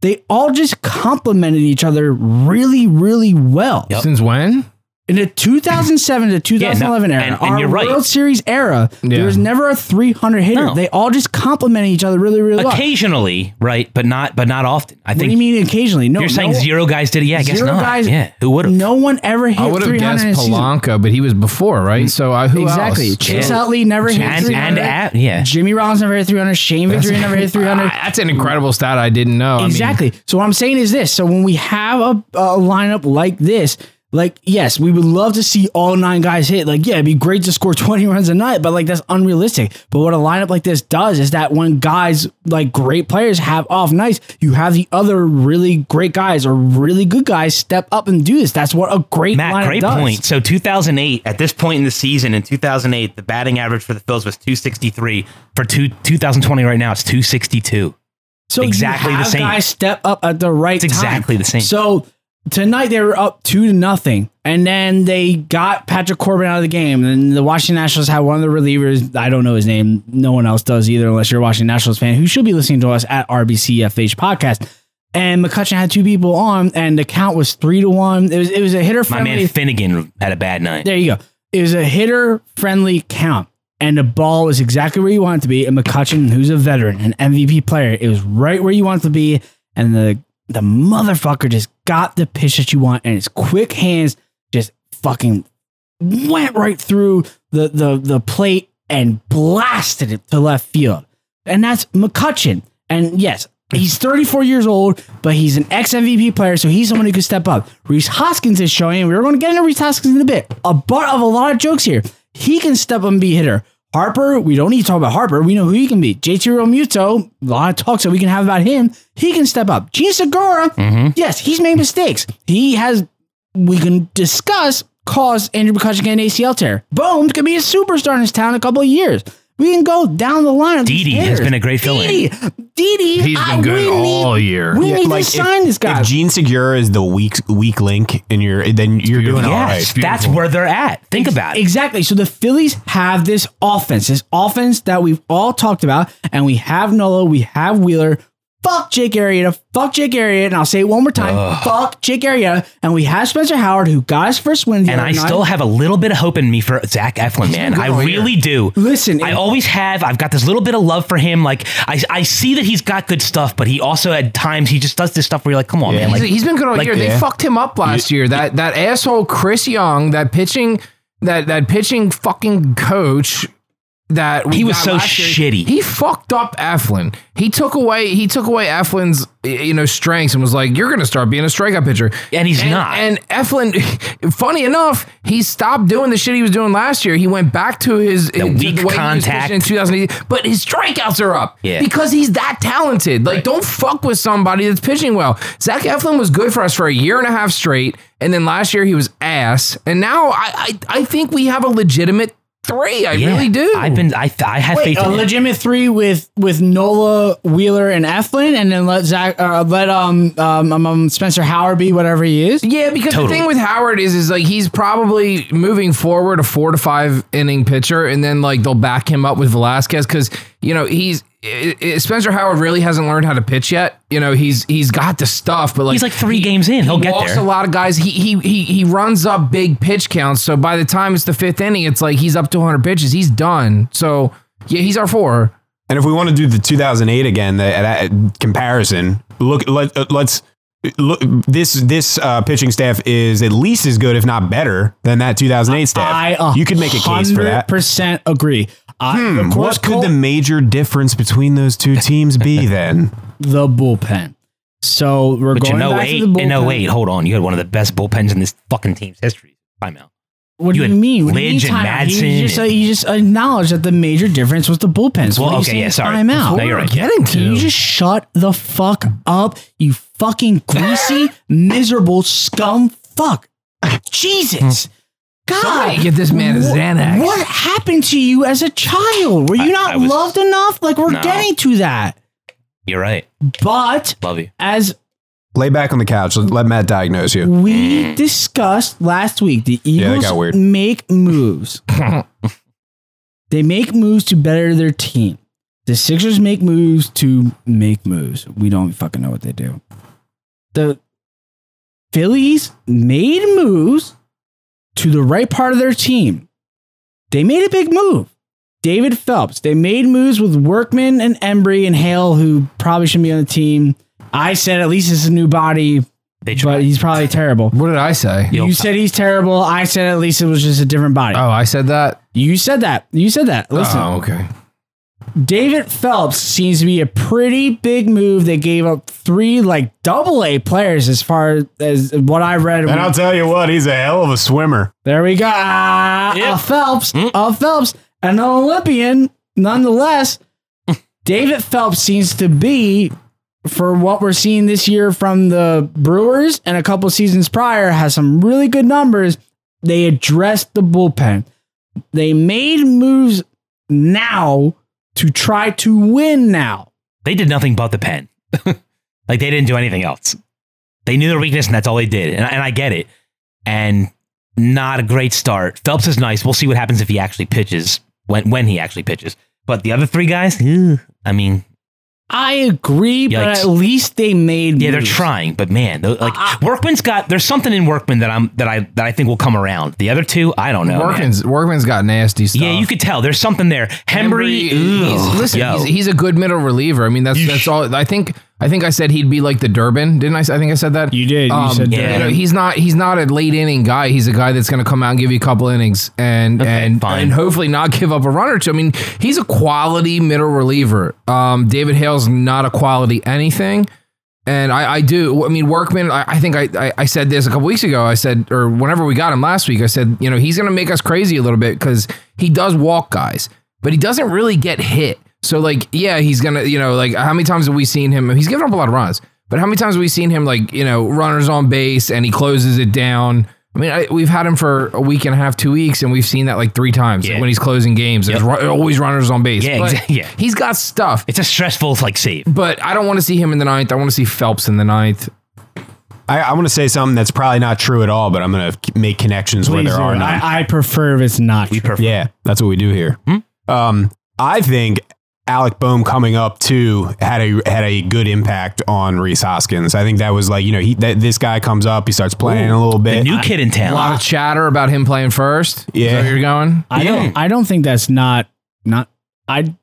S5: They all just complemented each other really, really well.
S1: Since when?
S5: In the 2007 to 2011
S7: Yeah, no,
S5: era,
S7: and- and
S5: our
S7: you're right.
S5: World Series era,
S1: Yeah.
S5: there was never a 300 hitter.
S7: No.
S5: They all just complemented each other really, really well.
S7: Occasionally, right? But not but not often. I
S5: What do
S7: think
S5: you mean occasionally? No,
S7: you're saying
S5: no,
S7: zero guys did it. Yeah, I guess
S5: zero
S7: not.
S5: guys-
S7: yeah, who would have?
S5: No one ever hit
S1: I would have
S5: 300
S1: guessed
S5: in a season.
S1: Polanco, but he was before,
S7: Mm,
S1: right? So I who
S5: Exactly.
S1: else?
S5: Chase
S7: Yeah.
S5: Utley never hit
S7: and
S5: 300.
S7: and at, yeah,
S5: Jimmy Rollins never hit 300. Shane Victory never hit 300.
S1: Ah, That's an incredible stat I didn't know. I mean,
S5: Exactly. so what I'm saying is this. So when we have a, a lineup like this, like yes, we would love to see all nine guys hit. Like yeah, it'd be great to score 20 runs a night, but like that's unrealistic. But what a lineup like this does is that when guys like great players have off nights, you have the other really great guys or really good guys step up and do this. That's what a great
S7: Matt,
S5: lineup
S7: great
S5: does.
S7: point. So 2008, at this point in the season, in 2008, the batting average for the Phils was 263. For two, 2020 right now, it's 262.
S5: So
S7: Exactly
S5: you
S7: the
S5: have
S7: same.
S5: Guys step up at the right
S7: It's
S5: time.
S7: exactly the same.
S5: So tonight they were up two to nothing, and then they got Patrick Corbin out of the game. And the Washington Nationals had one of the relievers. I don't know his name. No one else does either, unless you're a Washington Nationals fan who should be listening to us at RBCFH podcast. And McCutcheon had two people on, and the count was three to one. It was it was a hitter
S7: My
S5: friendly
S7: man Finnegan had a bad night.
S5: there you go. It was a hitter friendly count, and the ball was exactly where you want it to be. And McCutcheon, who's a veteran, an MVP player, it was right where you want it to be. And the the motherfucker just got the pitch that you want, and his quick hands just fucking went right through the the the plate and blasted it to left field. And that's McCutcheon. And yes, he's 34 years old, but he's an ex MVP player, so he's someone who could step up. Reese Hoskins is showing, and we're going to get into Reese Hoskins in a bit. A butt of a lot of jokes here. He can step up and be a hitter. Harper, we don't need to talk about Harper. We know who he can be. JT Romuto, a lot of talks that we can have about him. He can step up. Gene Segura, yes, he's made mistakes. He has we can discuss caused Andrew McCutcheon an ACL tear. Bones could be a superstar in his town in a couple of years. We can go down the line. of these
S7: Didi has
S5: hitters.
S7: been a great fill-in.
S5: Didi, Didi,
S1: He's been
S5: I-
S1: good
S5: we
S1: all
S5: need,
S1: year.
S5: We
S2: Yeah,
S5: need
S2: like,
S5: to sign this guy.
S2: If Gene Segura is the weak weak link in your, then you're doing all
S7: Yes,
S2: right.
S7: that's where they're at. Think about it.
S5: Exactly. So the Phillies have this offense, this offense that we've all talked about, and we have Nola, we have Wheeler. Fuck Jake Arrieta. Fuck Jake Arrieta. And I'll say it one more time. Fuck Jake Arrieta. And we have Spencer Howard, who got his first win. the
S7: And
S5: other
S7: I
S5: night.
S7: still have a little bit of hope in me for Zach Eflin, man. I really do.
S5: Listen,
S7: I
S5: if-
S7: always have. I've got this little bit of love for him. Like I, I see that he's got good stuff, but he also at times he just does this stuff where you're like, come on, man.
S1: He's-
S7: Like
S1: he's been good all
S7: like-
S1: year. They
S2: Yeah.
S1: fucked him up last year. That that asshole Chris Young, that pitching, that that pitching fucking coach. That we
S7: He was
S1: got
S7: so
S1: last year,
S7: shitty.
S1: He fucked up Eflin. He took away he took away Eflin's you know strengths and was like, "You're gonna start being a strikeout pitcher."
S7: And he's not.
S1: And Eflin, funny enough, he stopped doing the shit he was doing last year. He went back to his to
S7: weak
S1: way he was
S7: contact.
S1: pitching in 2008, but his strikeouts are up.
S7: Yeah.
S1: Because he's that talented. Like, don't fuck with somebody that's pitching well. Zach Eflin was good for us for a year and a half straight, and then last year he was ass. And now I I, I think we have a legitimate three. I
S7: yeah,
S1: really do.
S7: I've been. I, I have
S5: Wait,
S7: faith
S5: a
S7: in him.
S5: legitimate three with with Nola Wheeler and Eflin, and then let Zach uh, let um, um um, um, Spencer Howard be whatever he is.
S1: Yeah, because the
S7: Totally.
S1: thing with Howard is, is like he's probably moving forward a four to five inning pitcher, and then like they'll back him up with Velasquez because you know he's i i Spencer Howard really hasn't learned how to pitch yet. You know he's he's got the stuff, but like
S7: He's like three games in. He'll
S1: he
S7: get
S1: walks
S7: there.
S1: a lot of guys. He, he he he runs up big pitch counts. So by the time it's the fifth inning, it's like he's up to 100 pitches. He's done. So yeah, he's our four.
S2: And if we want to do the 2008 again, that, that comparison, look, let, uh, let's look. This this uh, pitching staff is at least as good, if not better, than that 2008 staff.
S5: I uh,
S2: you could make a case for that. Hmm,
S5: Percent agree. I, of course,
S2: What could
S5: Cole-
S2: the major difference between those two teams be then?
S5: the bullpen. So we're
S7: But
S5: going
S7: in
S5: back to
S7: 08,
S5: the bullpen.
S7: in 08, hold on, you had one of the best bullpens in this fucking team's history. Timeout.
S5: What
S7: you
S5: do you
S7: had
S5: mean? What do you mean
S7: Lidge and
S5: timeout? You
S7: Madsen
S5: just,
S7: and-
S5: you just acknowledged that the major difference was the bullpen. So
S7: Well,
S5: what are you
S7: okay,
S5: saying
S7: yeah, sorry.
S5: Timeout.
S7: No, you're right.
S1: Getting to
S5: Can you just shut the fuck up, you fucking greasy, miserable scum fuck? Jesus. God.
S1: Somebody get this man a
S5: Wha-
S1: Xanax.
S5: What happened to you as a child? Were you not
S7: I was-
S5: loved enough? Like, we're
S7: No.
S5: getting to that.
S7: You're right.
S5: But
S7: Love you.
S5: as
S2: Lay back on the couch. Let let Matt diagnose you.
S5: We discussed last week the
S2: that
S5: Eagles
S2: got weird.
S5: make moves. they make moves to better their team. The Sixers make moves to make moves. We don't fucking know what they do. The Phillies made moves to the right part of their team. They made a big move. David Phelps. They made moves with Workman and Embry and Hale, who probably shouldn't be on the team. I said at least it's a new body,
S7: They
S5: but
S7: tried.
S5: he's probably terrible.
S1: What did I say?
S7: Yo,
S5: You said he's terrible. I said at least it was just a different body.
S1: Oh, I said that.
S5: You said that. You said that. Listen,
S1: Oh, okay.
S5: David Phelps seems to be a pretty big move. They gave up three like double A players as far as what I read.
S2: And I'll tell you what, he's a hell of a swimmer.
S5: There we go. Ah,
S7: Yep.
S5: a Phelps,
S7: Hmm?
S5: a Phelps, an Olympian, nonetheless. David Phelps seems to be, for what we're seeing this year from the Brewers and a couple seasons prior, has some really good numbers. They addressed the bullpen. They made moves now to try to win now.
S7: they did nothing but the pen. like they didn't do anything else. They knew their weakness, and that's all they did. And, and I get it. And not a great start. Phelps is nice. We'll see what happens if he actually pitches when when he actually pitches. But the other three guys, ew, I mean,
S5: I agree, but
S7: Yikes.
S5: at least they made
S7: yeah, they're
S5: moves.
S7: trying. But man, tho- like Workman's got there's something in Workman that I'm that I that I think will come around. The other two, I don't know. man.
S1: Workman's Workman's got nasty stuff.
S7: Yeah, you could tell there's something there. Hembry,
S1: he's,
S7: ugh,
S1: listen,
S7: yo.
S1: he's, he's a good middle reliever. I mean, that's that's all. I think I think I said he'd be like the Durbin, didn't I? s- I think I said that. Um,
S5: You did. You said
S7: yeah.
S1: you know, he's not he's not a late inning guy. He's a guy that's going to come out and give you a couple innings and and
S7: fine.
S1: and hopefully not give up a run or two. I mean, he's a quality middle reliever. Um, David Hale's not a quality anything. And I, I do. I mean, Workman. I, I think I, I, I said this a couple weeks ago. I said, or whenever we got him last week, I said, you know, he's going to make us crazy a little bit because he does walk guys, but he doesn't really get hit. So like, yeah, he's gonna, you know, like how many times have we seen him? He's given up a lot of runs, but how many times have we seen him like, you know, runners on base and he closes it down? I mean, I, we've had him for a week and a half, two weeks, and we've seen that like three times
S7: Yeah.
S1: when he's closing games. There's ru- always runners on base.
S7: Yeah,
S1: But
S7: exa- yeah.
S1: He's got stuff
S7: it's a stressful like save.
S1: but I don't want to see him in the ninth. I want to see Phelps in the ninth.
S2: I, I'm going to say something that's probably not true at all, but I'm going to make connections where
S5: Please
S2: there
S5: do.
S2: are none.
S5: I, I prefer if it's not.
S7: We
S5: true.
S7: perfect.
S2: Yeah, that's what we do here.
S7: Hmm?
S2: Um, I think Alec Boehm coming up too had a had a good impact on Reese Hoskins. I think that was like you know he that this guy comes up, he starts playing a little
S7: The
S2: bit.
S7: new kid in town.
S1: A lot of chatter about him playing first. Is that
S2: Yeah.
S1: where you're going.
S5: I don't. I don't think that's not not. I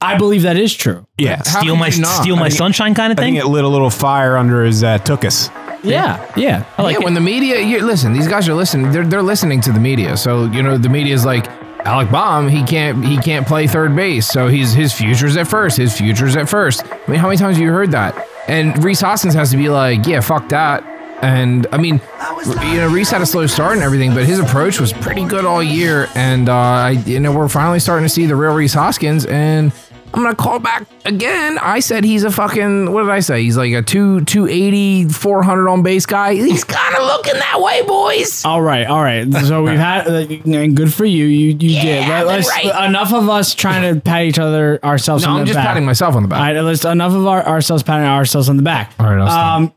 S5: I believe that is true.
S2: yeah,
S1: How
S7: steal
S1: could
S7: my
S1: you not?
S7: steal my
S2: I think-
S7: sunshine kind of
S2: I
S7: thing.
S2: think it lit a little fire under his uh, took us.
S5: Yeah, yeah.
S7: I like
S1: yeah,
S7: it.
S1: when the media, you listen, these guys are listening. They're, they're listening to the media. So you know the media's like Alec Baum. He can't he can't play third base. So he's his future's at first. His future's at first. I mean, how many times have you heard that? And Reese Hoskins has to be like, yeah, fuck that. And I mean, you know, Reese had a slow start and everything, but his approach was pretty good all year. And uh, I, you know, we're finally starting to see the real Reese Hoskins. And I'm gonna call back again. I said he's a fucking. What did I say? He's like a two 280, 400 on base guy. He's kind of looking that way, boys.
S5: All right, all right. So we've had, uh, and good for you. You you did. Let, us enough of us trying to pat each other ourselves.
S1: No,
S5: on
S1: I'm
S5: the
S1: just
S5: back.
S1: patting myself on the
S5: All
S1: back.
S5: right, let's enough of our, ourselves patting ourselves on the back.
S1: All right, I'll stop.
S5: um,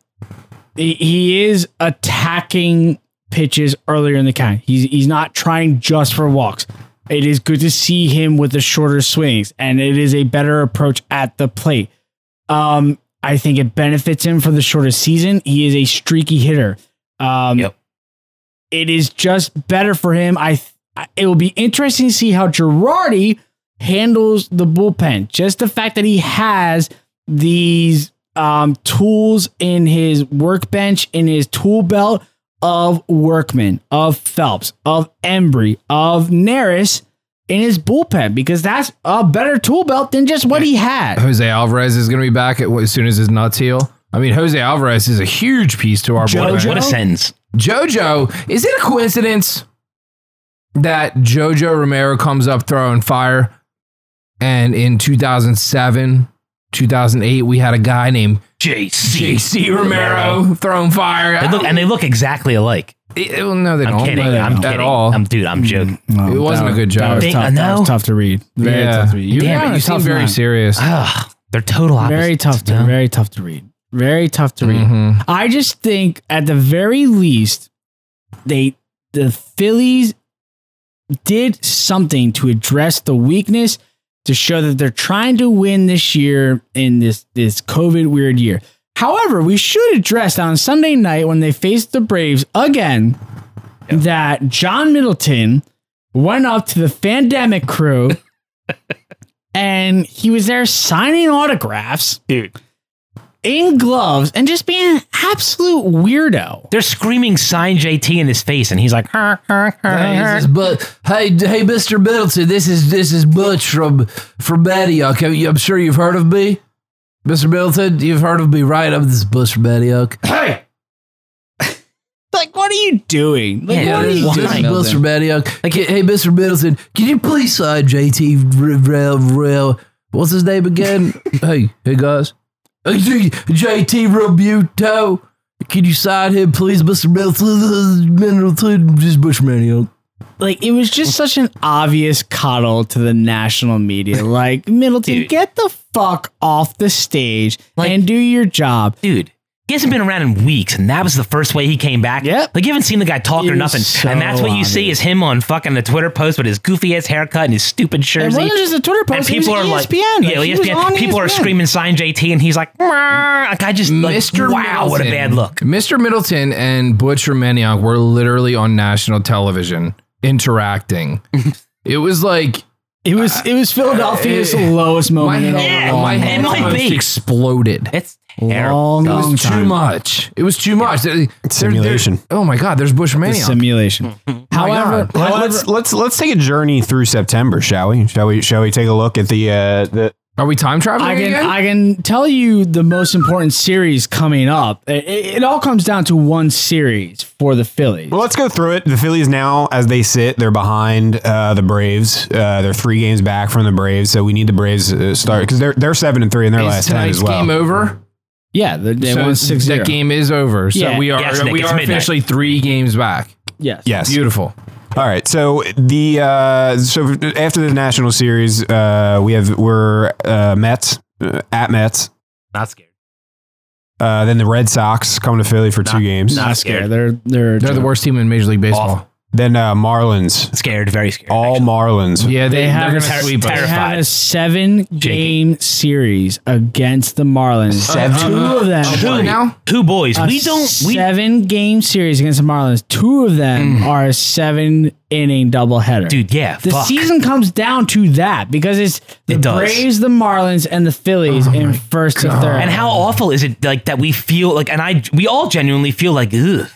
S5: he, he is attacking pitches earlier in the count. He's he's not trying just for walks. It is good to see him with the shorter swings, and it is a better approach at the plate. Um, I think it benefits him for the shorter season. He is a streaky hitter. Um,
S7: Yep.
S5: It is just better for him. I, th- I- it will be interesting to see how Girardi handles the bullpen. Just the fact that he has these um, tools in his workbench, in his tool belt of Workman, of Phelps, of Embry, of Naris in his bullpen, because that's a better tool belt than just what he had.
S1: Jose Alvarez is gonna be back at, as soon as his nuts heal. I mean, Jose Alvarez is a huge piece to our
S5: Jojo?
S1: bullpen.
S7: what a sentence.
S1: JoJo, is it a coincidence that JoJo Romero comes up throwing fire? And in 2007, 2008, we had a guy named
S7: JC.
S1: JC Romero throwing fire.
S7: They look, and they look exactly alike.
S1: It- it- well, no, they
S7: I'm
S1: don't.
S7: kidding.
S1: but
S7: I'm
S1: at
S7: kidding.
S1: all. Hmm.
S7: I'm dude. I'm joking.
S1: It wasn't a good
S5: That
S1: job.
S5: was,
S7: Dang,
S5: tough,
S7: I
S5: that was
S7: know.
S5: tough to read. Very
S1: yeah,
S5: tough to read.
S1: you,
S5: You
S7: Damn
S5: are
S1: you
S5: a
S1: seem
S5: tough
S1: very
S5: man.
S1: serious.
S7: Ugh, they're total opposites.
S5: Very tough to
S7: you know?
S5: very tough to read. Very tough to read.
S8: Mm-hmm.
S5: I just think at the very least, they the Phillies did something to address the weakness to show that they're trying to win this year in this this COVID weird year. However, we should address on Sunday night when they faced the Braves again that John Middleton went up to the pandemic crew and he was there signing autographs
S1: dude.
S5: in gloves and just being an absolute weirdo.
S7: They're screaming sign JT in his face, and he's like, "Huh, huh, huh, huh."
S9: but hey, d- hey, Mister Middleton, this is this is Butch from from Manioc. Have you- I'm sure you've heard of me, Mister Middleton. You've heard of me, right? I'm this is Butch from Manioc.
S5: Like, what are you doing? Like,
S9: Yeah,
S5: what are
S9: this,
S5: you
S9: this
S5: doing?
S9: is Mr. Manioc. Like, hey, Mr. Middleton, can you please sign JT Real Real? what's his name again? hey, hey guys, Hey, J- JT Rebuto. Can you sign him, please, Mr. Middleton? Middleton, just Bush Manioc.
S5: Like, it was just such an obvious coddle to the national media. Like, Middleton, get the fuck off the stage and do your job.
S7: dude. He hasn't been around in weeks, and that was the first way he came back.
S5: Yep.
S7: Like, you haven't seen the guy talk
S5: It
S7: or
S5: was
S7: nothing.
S5: so
S7: and that's what you see
S5: obvious.
S7: is him on fucking the Twitter post with his goofy ass haircut and his stupid
S5: It
S7: jersey.
S5: wasn't just a Twitter post. it was
S7: and
S5: E
S7: people are like,
S5: ESPN.
S7: yeah, E
S5: Like, he was
S7: ESPN.
S5: on E
S7: People are
S5: ESPN.
S7: screaming sign JT, and he's like, "Mrrr." like I just, like,
S8: Mr.
S7: wow, what a
S8: Middleton-
S7: bad look.
S8: Mr. Middleton and Butch Romaniak were literally on national television interacting. it was like
S5: It was it was Philadelphia's lowest
S8: my
S5: moment in a
S8: head,
S7: "Ah." Yeah,
S5: long,
S8: my
S7: it
S8: head
S7: might
S8: almost
S7: be.
S8: exploded.
S7: It's terrible.
S5: long,
S8: It
S5: long
S8: was too
S5: time.
S8: much. It was too much. There- there-
S2: Simulation.
S7: uh,
S8: there- oh my God! There's Bush
S5: The
S8: Maniac.
S5: simulation. However,
S8: God.
S5: however,
S2: Let's let's let's take a journey through September, shall we? Shall we? Shall we take a look at the uh, the
S8: Are we time traveling
S5: I
S8: again?
S5: can I can tell you the most important series coming up. It, it- it all comes down to one series for the Phillies.
S2: Well, let's go through it. The Phillies now, as they sit, they're behind uh, the Braves. Uh, they're three games back from the Braves, so we need the Braves to start because they're they're seven and three in their
S8: Is
S2: last ten
S8: tonight's
S2: as well.
S8: game over?
S5: Yeah, they, they
S8: so
S5: won six
S8: that game is over. So
S5: Yeah.
S8: we are
S7: Yes, Nick,
S8: we
S7: it's
S8: are
S7: midnight.
S8: officially three games back.
S5: Yes.
S2: Yes.
S8: Beautiful.
S2: All right. So the uh, so after the National Series, uh, we have we're uh, Mets uh, at Mets.
S7: Not scared.
S2: Uh, then the Red Sox come to Philly for two games.
S5: Not scared. They're they're
S8: They're the worst team in Major League Baseball.
S7: Awful.
S2: Then uh, Marlins,
S7: Scared, very scared.
S2: all
S7: actually.
S2: Marlins.
S8: Yeah, they,
S5: They
S8: have
S5: have
S8: they're
S5: ter-
S8: gonna sweep
S5: They
S8: us.
S7: terrifying.
S5: had a seven game series against the Marlins.
S2: Seven.
S8: Uh-huh.
S5: Two of them.
S7: Two,
S8: Oh, now?
S7: two boys.
S5: a
S7: we don't. We
S5: seven game series against the Marlins. Two of them
S8: Mm.
S5: are a seven inning doubleheader.
S7: dude. Yeah.
S5: The
S7: fuck.
S5: season comes down to that because it's the
S7: It does.
S5: Braves, the Marlins, and the Phillies in first to third.
S7: And how awful is it? Like that we feel like, and I, we all genuinely feel like, ugh.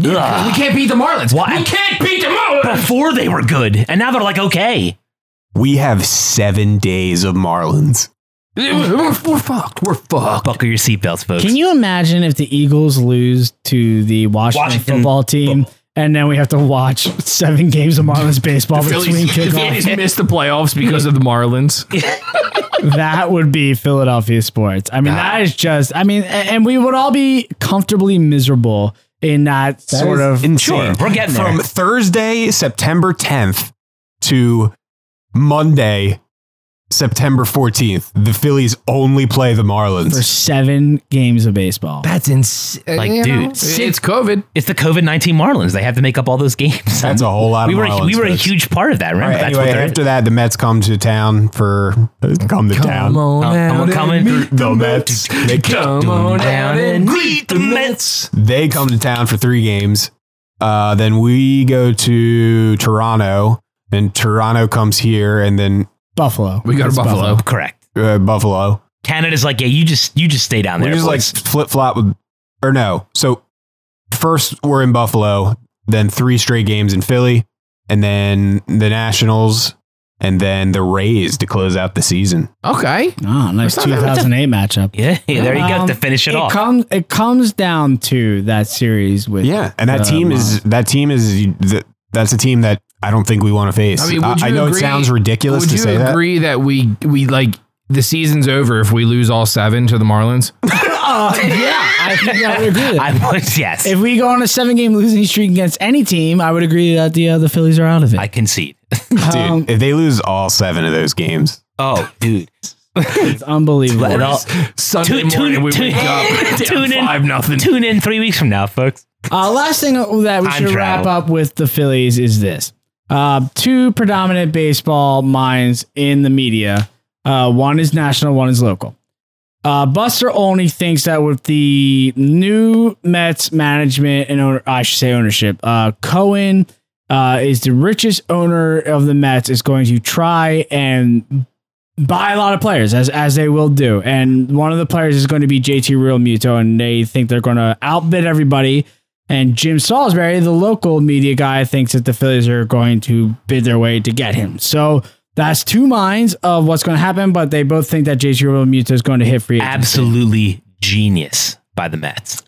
S8: We can't beat the Marlins.
S7: Why? We can't beat them all. Before they were good, and now they're like, okay.
S2: We have seven days of Marlins.
S9: We're, we're fucked. We're fucked.
S7: Buckle your seatbelts, folks.
S5: Can you imagine if the Eagles lose to the Washington,
S7: Washington
S5: football team? And then we have to watch seven games of Marlins baseball between
S8: the Phillies
S5: kickoff.
S8: missed the playoffs because of the Marlins.
S5: that would be Philadelphia sports. I mean, that is just. I mean, a- and we would all be comfortably miserable in that, sort of.
S2: Insane.
S7: We're getting there.
S2: From Thursday, September 10th to Monday, September 14th, the Phillies only play the
S5: for
S2: Marlins.
S5: seven games of baseball.
S8: That's uh, insane.
S7: Like, dude,
S8: it's COVID.
S7: It's the COVID nineteen Marlins. They have to make up all those games.
S2: That's a whole lot
S7: we
S2: of
S7: were
S2: Marlins.
S7: we were a
S2: folks.
S7: huge part of that.
S2: All
S7: Remember,
S2: right,
S7: that's
S2: anyway,
S7: what they're.
S2: after that, the Mets come to town for come to town.
S8: on
S9: uh,
S7: I'm
S8: out
S7: coming.
S8: and meet
S2: The Mets, they come,
S8: on out and
S7: greet the Mets.
S2: they come to town for three games. Uh, then we go to Toronto, and Toronto comes here, and then
S5: Buffalo.
S8: We go to
S5: It's
S8: Buffalo.
S7: Correct.
S2: uh, Buffalo.
S7: Canada's like, yeah, you just you just stay down
S2: We
S7: there.
S2: just like
S7: boys.
S2: flip flop with, or no. So first we're in Buffalo, then three straight games in Philly, and then the Nationals, and then the Rays to close out the season.
S8: Okay.
S5: Oh, nice 2008 matchup.
S7: yeah, yeah, there you go
S5: Um,
S7: to finish it, off.
S5: Comes, it comes down to that series with.
S2: Yeah, and that
S5: Uh,
S2: team is that team is that, that's a team that I don't think we want to face.
S8: I
S2: I,
S8: mean, would
S2: I
S8: you
S2: know
S8: agree-
S2: it sounds ridiculous
S8: Would
S2: to
S8: you
S2: say that.
S8: agree that we we like the season's over if we lose all seven to the Marlins?
S5: yeah, I think I would agree. With that.
S7: I was yes.
S5: if we go on a seven-game losing streak against any team, I would agree that the uh, the Phillies are out of it. Um,
S7: I concede.
S8: um,
S2: Dude, if they lose all seven of those games,
S7: Oh, dude.
S5: It's unbelievable.
S7: Let it all-
S1: Sunday
S7: Tune-
S1: morning
S7: tune-
S1: we
S7: tune-
S1: wake up
S7: tune in.
S1: five nothing.
S7: Tune in three weeks from now, folks.
S5: Uh, last thing that we
S7: Time
S5: should wrap
S7: travel.
S5: up with the Phillies is this. Uh, two predominant baseball minds in the media. Uh, one is national, one is local. Uh, Buster only thinks that with the new Mets management and owner, I should say ownership, uh, Cohen uh, is the richest owner of the Mets is going to try and buy a lot of players as as they will do, and one of the players is going to be JT Realmuto, and they think they're going to outbid everybody. And Jim Salisbury, the local media guy, thinks that the Phillies are going to bid their way to get him. So that's two minds of what's going to happen, but they both think that JT Realmuto is going to hit free. agency.
S7: Absolutely genius by the Mets.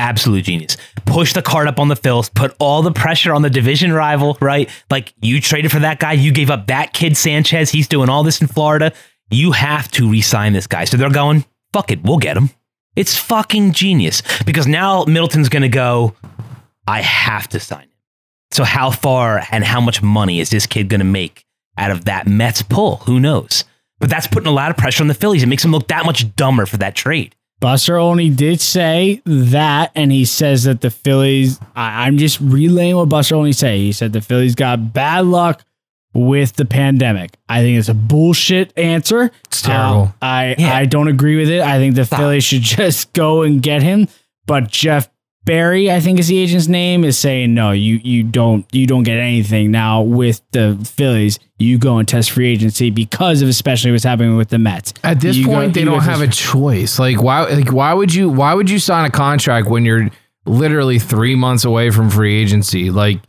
S7: Absolute genius. Push the card up on the Phils, put all the pressure on the division rival, right? Like you traded for that guy, you gave up that kid Sanchez, he's doing all this in Florida. You have to re sign this guy. So they're going, fuck it, we'll get him. It's fucking genius because now Middleton's going to go, I have to sign him. So, how far and how much money is this kid going to make out of that Mets pull? Who knows? But that's putting a lot of pressure on the Phillies. It makes them look that much dumber for that trade.
S5: Buster only did say that, and he says that the Phillies. I, I'm just relaying what Buster only said. He said the Phillies got bad luck with the pandemic. I think it's a bullshit answer. It's
S1: terrible.
S5: I
S7: Yeah.
S5: I don't agree with it. I think the
S7: Stop.
S5: Phillies should just go and get him. But Jeff Barry, I think is the agent's name, is saying no. You you don't you don't get anything now with the Phillies. You go and test free agency because of especially what's happening with the Mets.
S1: At this
S5: You go-
S1: point, they
S5: you go
S1: don't have
S5: test
S1: a choice. Like why? Like why would you? Why would you sign a contract when you're literally three months away from free agency? Like,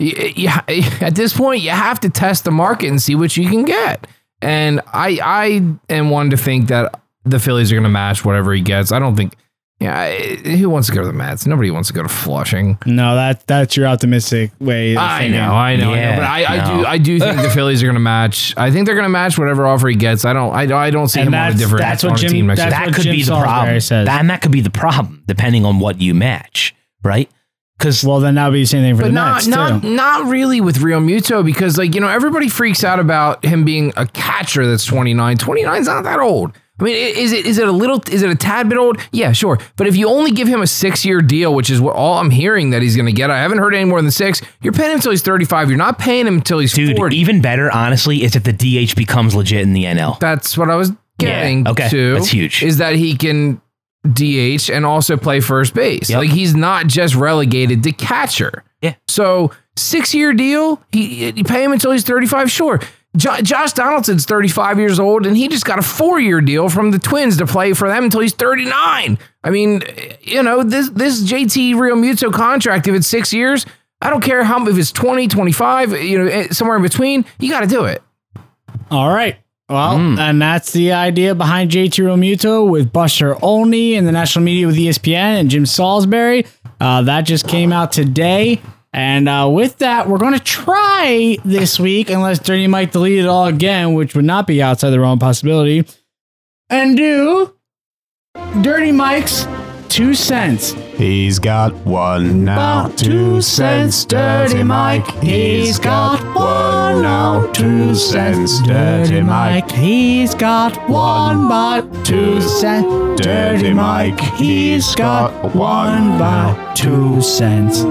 S1: y- y- at this point, you have to test the market and see what you can get. And I, I am one to think that the Phillies are going to match whatever he gets. I don't think. Yeah, I- who wants to go to the Mets? Nobody wants to go to Flushing.
S5: No, that that's your optimistic way. of
S1: I
S5: thinking.
S1: know, I know, I know.
S7: Yeah,
S1: But I, I
S7: no.
S1: do, I do think the Phillies are going to match. I think they're going to match whatever offer he gets. I don't, I, I don't see
S5: And
S1: him on a
S5: that's-
S1: different.
S5: that's
S1: on
S5: what
S1: a
S5: Jim-
S1: team next year.
S5: that's
S7: that
S5: what
S7: could
S5: Jim
S7: be the
S5: Salisbury
S7: problem.
S5: says.
S7: That, and that could be the problem, depending on what you match, right? Because
S5: Well, then that would be the same thing for
S1: but
S5: the
S1: not
S5: Mets
S1: not
S5: too.
S1: not really with Real Muto because like you know everybody freaks out about him being a catcher that's 29. 29's not that old. I mean, i- is it is it a little is it a tad bit old? Yeah, sure. But if you only give him a six year deal, which is what all I'm hearing that he's going to get, I haven't heard any more than six. You're paying him until he's 35. You're not paying him until he's
S7: dude,
S1: 40.
S7: even better, honestly, is if the DH becomes legit in the NL.
S1: That's what I was getting
S7: okay.
S1: to.
S7: That's huge.
S1: Is that he can DH and also play first base.
S7: Yep.
S1: Like he's not just relegated to catcher.
S7: Yeah.
S1: So six year deal. He you pay him until he's thirty five. Sure. Jo- Josh Donaldson's thirty five years old and he just got a four year deal from the Twins to play for them until he's thirty nine. I mean, you know this this JT Real Muto contract. If it's six years. I don't care how if it's 20, 25, you know, eh, somewhere in between, you got to do it.
S5: All right. Well,
S1: Mm.
S5: and that's the idea behind JT Romuto with Buster Olney and the national media with E ESPN and Jim Salisbury. Uh, that just came out today. And uh, with that, we're going to try this week, unless Dirty Mike deleted it all again, which would not be outside the realm of possibility, and do Dirty Mike's two cents.
S2: He's got one now,
S5: About two cents, Dirty Mike. He's got one now, two cents, Dirty Mike. He's got one but two cents, Dirty Mike. He's got one but two cents.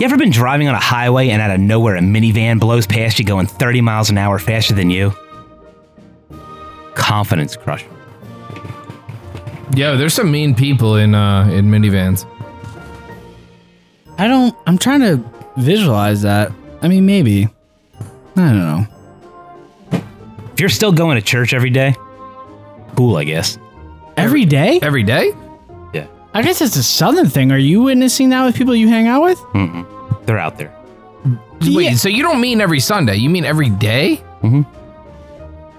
S7: You ever been driving on a highway and out of nowhere a minivan blows past you going 30 miles an hour faster than you? Confidence crusher.
S1: Yo, there's some mean people in uh in minivans.
S5: I don't. I'm trying to visualize that. I mean, maybe. I don't know.
S7: If you're still going to church every day, cool, I guess.
S5: Every day?
S1: Every day?
S7: Yeah.
S5: I guess it's a southern thing. Are you witnessing that with people you hang out with?
S7: They're out there.
S1: Wait,
S5: Yeah.
S1: so you don't mean every Sunday? You mean every Mm-hmm.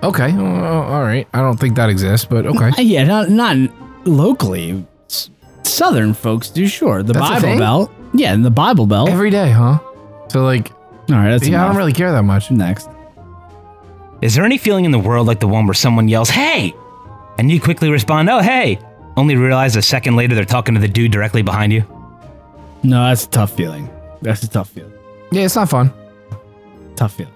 S1: Okay. uh, all right. I don't think that exists, but okay.
S5: Uh, Yeah, not not locally. S- Southern folks do sure. The
S1: That's a
S5: Bible
S1: thing?
S5: Belt. Yeah, in the Bible Belt.
S1: Every day, huh? So like,
S5: All right, that's
S1: yeah, I
S5: enough.
S1: don't really care that much.
S5: next.
S7: Is there any feeling in the world like the one where someone yells, hey! And you quickly respond, oh, hey! Only realize a second later they're talking to the dude directly behind you?
S5: No, that's a tough feeling. That's a tough feeling.
S1: Yeah, it's not fun.
S5: Tough feeling.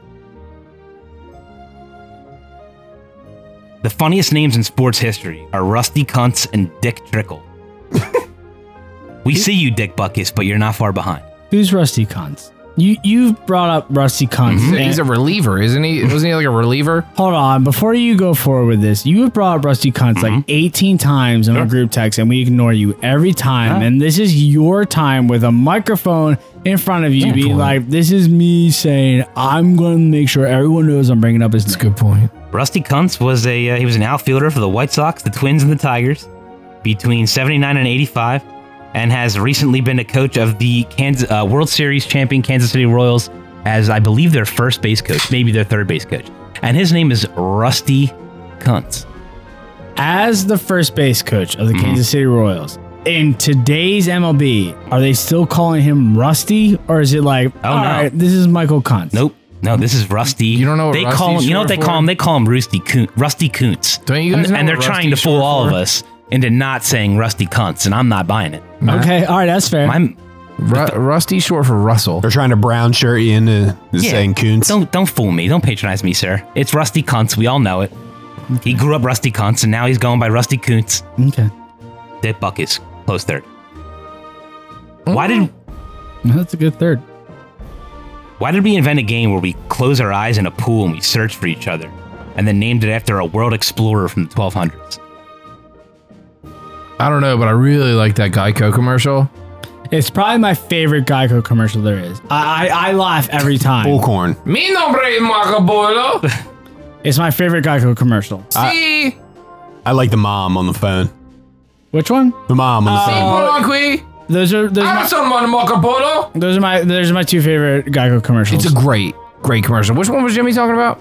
S7: The funniest names in sports history are Rusty Cunts and Dick Trickle. we see you, Dick Buckus, but you're not far behind.
S5: Who's Rusty Cons? You you've brought up Rusty Cons.
S1: He's a- He's a reliever, isn't he? Wasn't he like a reliever?
S5: Hold on, before you go forward with this, you have brought up Rusty Cunts like 18 times in our group text, and we ignore you every time. And this is your time with a microphone in front of you, being like, "This is me saying I'm going to make sure everyone knows I'm bringing up his name."
S1: Good point.
S7: Rusty Kuntz was a uh, he was an outfielder for the White Sox, the Twins, and the Tigers between 79 and 85, and has recently been a coach of the Kansas, uh, World Series champion Kansas City Royals as I believe their first base coach, maybe their third base coach, and his name is Rusty Kuntz.
S5: As the first base coach of the Kansas City Royals in today's MLB, are they still calling him Rusty, or is it like,
S7: Oh,
S5: "All
S7: no.
S5: right, this is Michael Cons"?
S7: Nope, no, this is Rusty.
S1: You don't know what
S7: they
S1: Rusty's
S7: call him. You know what
S1: short
S7: they call
S1: for?
S7: him? They call him Rusty Coon, Rusty Kuntz.
S1: Don't you guys
S7: And,
S1: know
S7: and they're
S1: what
S7: trying to
S1: Rusty's
S7: fool
S1: short
S7: all of
S1: for?
S7: us into not saying Rusty Kuntz, and I'm not buying it.
S5: Okay, all right, that's fair.
S7: My
S1: Ru- Rusty short for Russell.
S2: They're trying to brown shirt you into saying Coons.
S7: Don't don't fool me. Don't patronize me, sir. It's Rusty Kuntz. We all know it. He grew up Rusty Kuntz, and now he's going by Rusty Kuntz.
S5: okay,
S7: That buck is close third. Why did
S5: that's a good third.
S7: why did we invent a game where we close our eyes in a pool and we search for each other, and then named it after a world explorer from the 1200s?
S1: I don't know, but I really like that Geico commercial.
S5: It's probably my favorite Geico commercial there is. I I, I laugh every time.
S2: Bullcorn.
S1: Mi nombre es Marco Polo.
S5: It's my favorite Geico commercial.
S1: Si,
S2: I like the mom on the phone.
S5: Which one?
S2: The mom on
S5: Oh.
S2: the phone.
S1: Polanqui.
S5: Those are those are my,
S1: someone Marco Polo.
S5: those are my those are my two favorite Geico commercials.
S1: It's a great, great commercial. Which one was Jimmy talking about?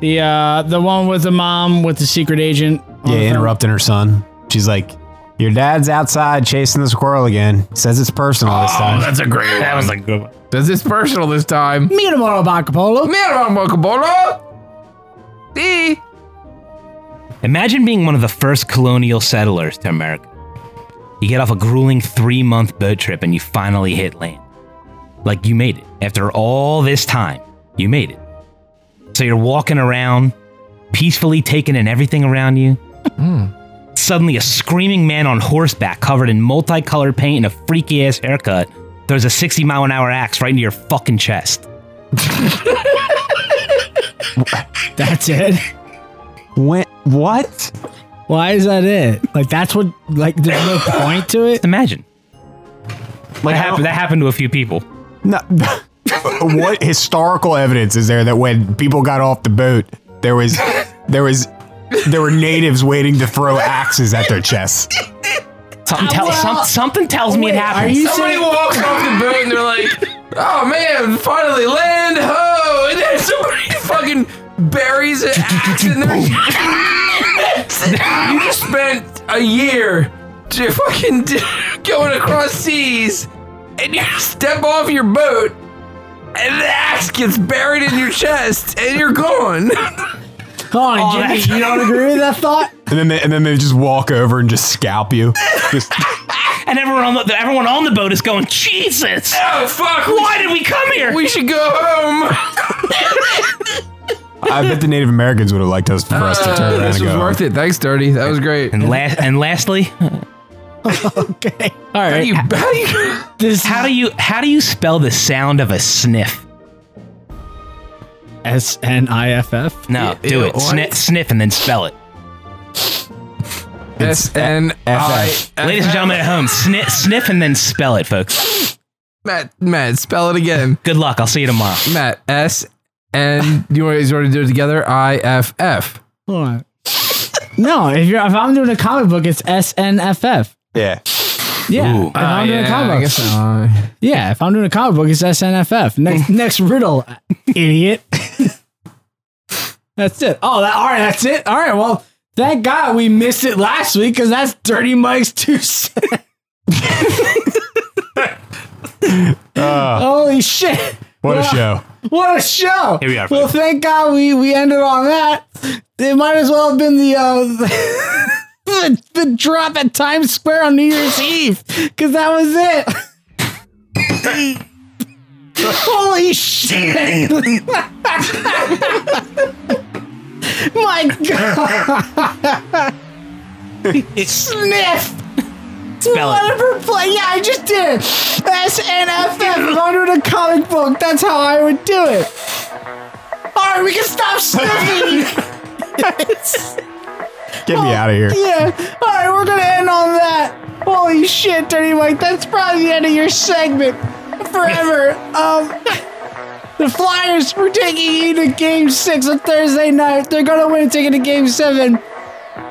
S5: the uh the one with the mom with the secret agent. on
S2: Yeah,
S5: the phone.
S2: interrupting her son. She's like, "Your dad's outside chasing the squirrel again. Says it's personal
S5: Oh,
S2: this time."
S1: a great. That was
S7: like good one.
S1: Does this personal this time?
S5: Meet him on a Marco Polo.
S1: Mira Marco Polo. Si.
S7: Imagine being one of the first colonial settlers to America. You get off a grueling three month boat trip and you finally hit land. Like you made it. After all this time, you made it. So you're walking around, peacefully taking in everything around you.
S2: Hmm.
S7: Suddenly, a screaming man on horseback, covered in multicolored paint and a freaky ass haircut, throws a 60 mile an hour axe right into your fucking chest.
S5: That's it.
S2: When, what?
S5: Why is that it? Like that's what like there's no point to it.
S7: Imagine.
S2: Like
S7: That
S2: how-
S7: happened, that happened to a few people.
S2: No. what historical evidence is there that when people got off the boat, there was there was there were natives waiting to throw axes at their chests?
S7: Something, tell, some, something tells me it happened.
S5: Are you
S9: Somebody
S5: saying
S9: walks off the boat and they're like, "Oh man, finally land ho!" And then somebody fucking buries an axe in their. you just spent a year to fucking d- going across seas, and you step off your boat, and the axe gets buried in your chest, and you're gone.
S5: Hold on, Jimmy,
S7: that's-
S5: you don't agree with that thought?
S2: And then they, and then they just walk over and just scalp you. Just,
S7: And everyone on the everyone on the boat is going, Jesus!
S9: oh fuck!
S7: Why did we come here?
S9: We should go home.
S2: I bet the Native Americans would have liked us for us to turn around
S1: This
S2: and
S1: was
S2: go.
S1: worth it. Thanks, Dirty. That was great.
S7: and last and lastly,
S5: Okay. All right.
S9: You bang.
S5: This
S7: how do you how do you spell the sound of a sniff?
S5: S N I F F.
S7: No, do it.
S1: what?
S7: Sniff, sniff, and then spell it.
S1: S N F.
S7: Ladies and gentlemen at home, sniff, sniff, and then spell it, folks.
S1: Matt, Matt, spell it again.
S7: Good luck. I'll see you tomorrow.
S1: Matt S N. Do you want you want to do it together? I F F.
S5: Hold on. no, if you're if I'm doing a comic book, it's S N F F.
S2: Yeah.
S5: Yeah.
S7: Ooh.
S5: If I'm doing a comic
S1: I
S5: book.
S1: guess so.
S5: Yeah, if I'm doing a comic book, it's SNFF. Next, next riddle, idiot. that's it. Oh, that, all right, that's it. All right, well, thank God we missed it last week because that's Dirty Mike's two cents. Holy shit.
S2: What a
S5: Well,
S2: show.
S5: What a show!
S7: Here we are,
S5: Well,
S7: folks.
S5: thank God we we ended on that. It might as well have been the uh, the, the drop at Times Square on New Year's Eve because that was it. Holy shit! My God.
S7: It's
S5: Sniff.
S7: spell it.
S5: Whatever play. Yeah, I just did it. SNFF under the comic book. That's how I would do it. All right, we can stop sniffing.
S2: Get me out of here.
S5: yeah. All right, we're gonna end on that. Holy shit, Dirty Mike. That's probably the end of your segment forever. Um. The Flyers were taking you to Game Six on Thursday night. They're gonna win, taking to Game Seven.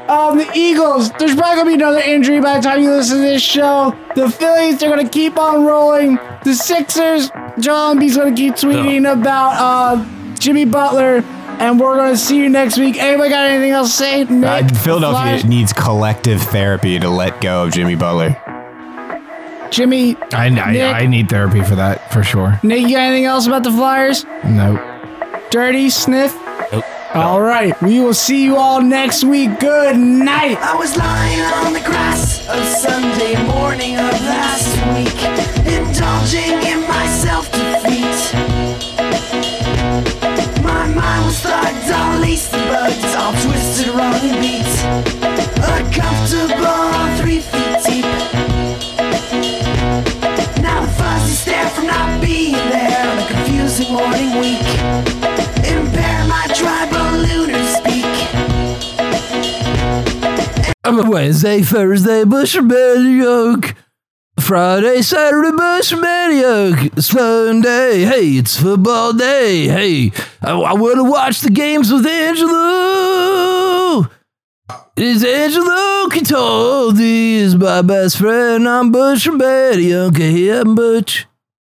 S5: Um, the Eagles. There's probably gonna be another injury by the time you listen to this show. The Phillies. They're gonna keep on rolling. The Sixers. John B's gonna keep tweeting about uh Jimmy Butler, and we're gonna see you next week. Anybody got anything else to say? Nick,
S2: Uh, Philadelphia
S5: Flyers,
S2: needs collective therapy to let go of Jimmy Butler.
S5: Jimmy.
S1: I,
S5: Nick.
S1: I, I need therapy for that for sure.
S5: Nick, you got anything else about the Flyers?
S1: Nope.
S5: Dirty sniff. All right, we will see you all next week. Good night.
S6: I was lying on the grass of Sunday morning of last week, indulging in my self defeat. My mind was thugged, all laced and bugged, all twisted, wrong and beat. Uncomfortable, three feet deep. Now the fuzzy stare from not being there on a confusing morning week. Impair my tribal lunar speak.
S9: Wednesday, Thursday, bush manioc. Friday, Saturday, bush manioc. Sunday, hey, it's football day. Hey, I, I want to watch the games with Angelo. Is Angelo Cataldi is my best friend. I'm Bush Manioc. Hey, I'm Butch.